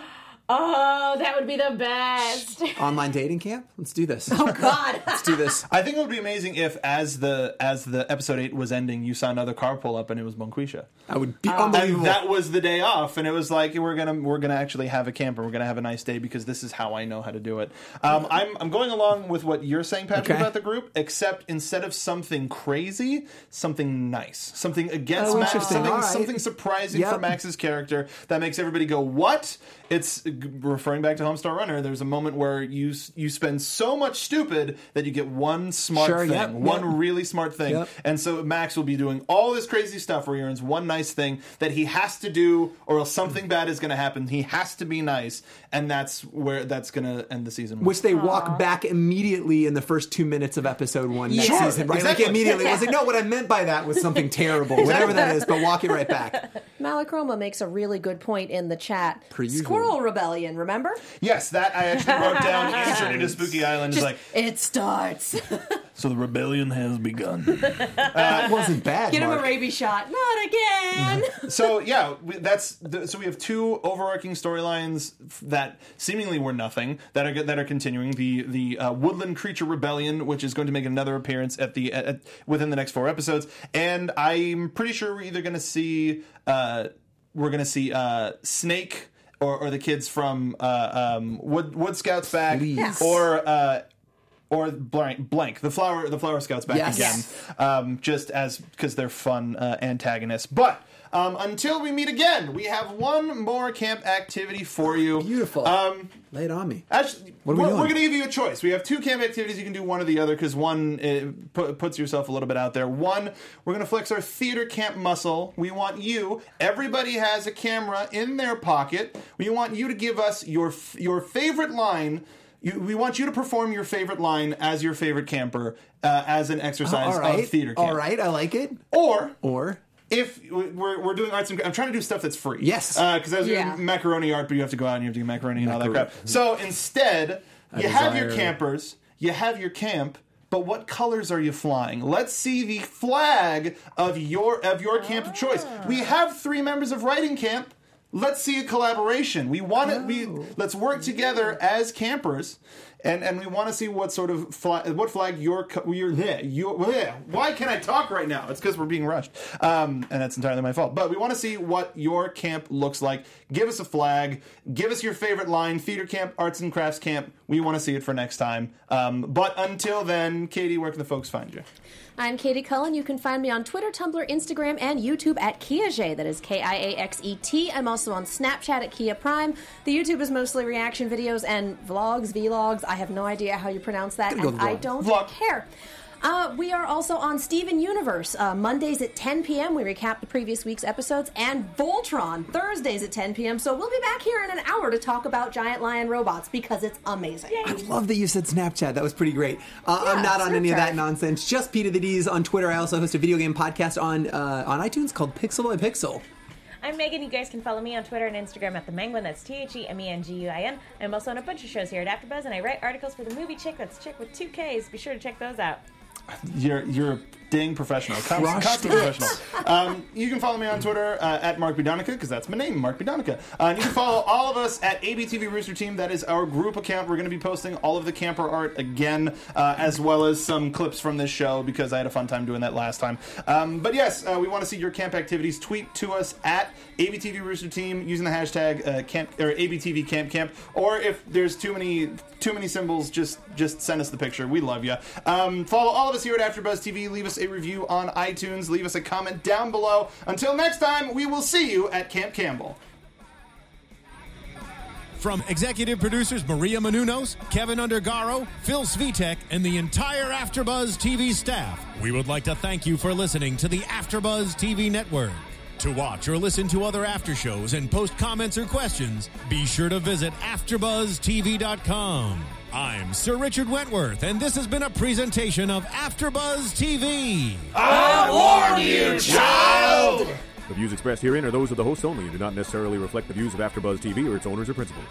[SPEAKER 3] oh, that would be the best.
[SPEAKER 4] Online dating camp. Let's do this.
[SPEAKER 5] Oh God.
[SPEAKER 4] Let's do this.
[SPEAKER 1] I think it would be amazing if, as the as the episode eight was ending, you saw another car pull up and it was Monquisha.
[SPEAKER 4] I would be
[SPEAKER 1] And
[SPEAKER 4] unbelievable.
[SPEAKER 1] that was the day off, and it was like we're gonna we're gonna actually have a camper. We're gonna have a nice day because this is how I know how to do it. Um, I'm I'm going along with what you're saying, Patrick,
[SPEAKER 4] Okay.
[SPEAKER 1] about the group. Except instead of something crazy, something nice, something against
[SPEAKER 4] Oh,
[SPEAKER 1] Max,
[SPEAKER 4] interesting.
[SPEAKER 1] something
[SPEAKER 4] All right.
[SPEAKER 1] something surprising
[SPEAKER 4] Yep.
[SPEAKER 1] for Max's character that makes everybody go, "What?" It's g- referring back to Homestar Runner. There's a moment where you s- you spend so much stupid that you get one smart
[SPEAKER 4] Sure,
[SPEAKER 1] thing,
[SPEAKER 4] yep,
[SPEAKER 1] one
[SPEAKER 4] yep.
[SPEAKER 1] really smart thing.
[SPEAKER 4] Yep.
[SPEAKER 1] And so Max will be doing all this crazy stuff where he earns one nice thing that he has to do, or else something bad is going to happen. He has to be nice, and that's where that's going to end the season.
[SPEAKER 4] Which they walk back immediately in the first two minutes of episode one next
[SPEAKER 5] Sure,
[SPEAKER 4] season, right?
[SPEAKER 1] exactly.
[SPEAKER 4] Like immediately. I was like, no, what I meant by that was something terrible, whatever that is, but walk it right back.
[SPEAKER 5] Malachroma makes a really good point in the chat.
[SPEAKER 4] Per usual.
[SPEAKER 5] Squirrel Rebellion, remember?
[SPEAKER 1] yes, that I actually wrote down. Answer to Spooky Island is like
[SPEAKER 5] It starts.
[SPEAKER 1] so the rebellion has begun.
[SPEAKER 4] That wasn't bad.
[SPEAKER 5] Get him a
[SPEAKER 4] Mark.
[SPEAKER 5] rabies shot. Not again.
[SPEAKER 1] so yeah, we, that's the, so we have two overarching storylines f- that seemingly were nothing that are that are continuing the the uh, woodland creature rebellion, which is going to make another appearance at the at, at- within the next four episodes, and I'm pretty sure we're either going to see uh, we're going to see uh, Snake or, or the kids from uh, um, Wood Wood Scouts back,
[SPEAKER 4] Please.
[SPEAKER 1] or uh, or blank blank the flower the flower scouts back
[SPEAKER 4] Yes.
[SPEAKER 1] again um, just as because they're fun uh, antagonists but um, until we meet again we have one more camp activity for you
[SPEAKER 4] Beautiful.
[SPEAKER 1] um,
[SPEAKER 4] Lay it on me.
[SPEAKER 1] actually
[SPEAKER 4] What are we
[SPEAKER 1] we're,
[SPEAKER 4] doing?
[SPEAKER 1] we're gonna give you a choice we have two camp activities you can do one or the other because one uh pu- puts yourself a little bit out there one we're gonna flex our theater camp muscle we want you everybody has a camera in their pocket we want you to give us your f- your favorite line you, we want you to perform your favorite line as your favorite camper uh, as an exercise
[SPEAKER 4] All right.
[SPEAKER 1] of theater camp.
[SPEAKER 4] All right. I like it.
[SPEAKER 1] Or
[SPEAKER 4] Or
[SPEAKER 1] if we're, we're doing arts and I'm trying to do stuff that's free.
[SPEAKER 4] Yes.
[SPEAKER 1] Because I was
[SPEAKER 5] Yeah.
[SPEAKER 1] doing macaroni art, but you have to go out and you have to get macaroni and all that
[SPEAKER 4] Macaroni.
[SPEAKER 1] crap. So instead, you have your
[SPEAKER 4] desire-
[SPEAKER 1] campers. you have your camp, but what colors are you flying? Let's see the flag of your of your camp of choice. We have three members of writing camp. Let's see a collaboration. We want it. We let's work together as campers, and and we want to see what sort of flag, what flag your co- your yeah, your yeah. Why can I talk right now? It's because we're being rushed, um, and that's entirely my fault. But we want to see what your camp looks like. Give us a flag. Give us your favorite line. Theater camp, arts and crafts camp. We want to see it for next time. Um, but until then, Katie, where can the folks find you?
[SPEAKER 5] I'm Katie Cullen. You can find me on Twitter, Tumblr, Instagram, and YouTube at Kiaxet. That is K I A X E T. I'm also on Snapchat at Kia Prime. The YouTube is mostly reaction videos and vlogs, vlogs. I have no idea how you pronounce that,
[SPEAKER 4] Gotta go
[SPEAKER 5] and I
[SPEAKER 4] vlog.
[SPEAKER 5] don't
[SPEAKER 1] Vlog.
[SPEAKER 5] care. Uh, we are also on Steven Universe uh, Mondays at 10 p.m. We recap the previous week's episodes, and Voltron Thursdays at 10 p.m. So we'll be back here in an hour to talk about giant lion robots because it's amazing.
[SPEAKER 4] I love that you said Snapchat. That was pretty great. Uh, I'm
[SPEAKER 5] Yeah,
[SPEAKER 4] not on any of that
[SPEAKER 5] Snapchat.
[SPEAKER 4] nonsense. Just Peter the D's on Twitter. I also host a video game podcast on uh, on iTunes called Pixel by Pixel.
[SPEAKER 3] I'm Megan. You guys can follow me on Twitter and Instagram at the Menguin. That's T H E M E N G U I N. I'm also on a bunch of shows here at AfterBuzz, and I write articles for the movie Chick. That's Chick with two Ks. Be sure to check those out.
[SPEAKER 1] You're you're a dang professional, Con-
[SPEAKER 4] Crushed
[SPEAKER 1] constant
[SPEAKER 4] it.
[SPEAKER 1] professional. Um, you can follow me on Twitter uh, at Mark Bidonica because that's my name, Mark Bidonica. Uh, and you can follow all of us at ABTV Rooster Team. That is our group account. We're going to be posting all of the camper art again, uh, as well as some clips from this show because I had a fun time doing that last time. Um, but yes, uh, we want to see your camp activities. Tweet to us at ABTV Rooster Team using the hashtag uh, camp or ABTV Camp Camp. Or if there's too many too many symbols, just just send us the picture. We love you. Um, follow all of us here at AfterBuzz TV. Leave us a review on iTunes. Leave us a comment down below. Until next time, we will see you at Camp Campbell.
[SPEAKER 2] From executive producers Maria Manunos, Kevin Undergaro, Phil Svitek, and the entire Afterbuzz TV staff, we would like to thank you for listening to the Afterbuzz TV network. To watch or listen to other after shows and post comments or questions, be sure to visit AfterbuzzTV.com. I'm Sir Richard Wentworth, and this has been a presentation of Afterbuzz TV.
[SPEAKER 8] The views expressed herein are those of the hosts only and do not necessarily reflect the views of AfterBuzz TV or its owners or principals.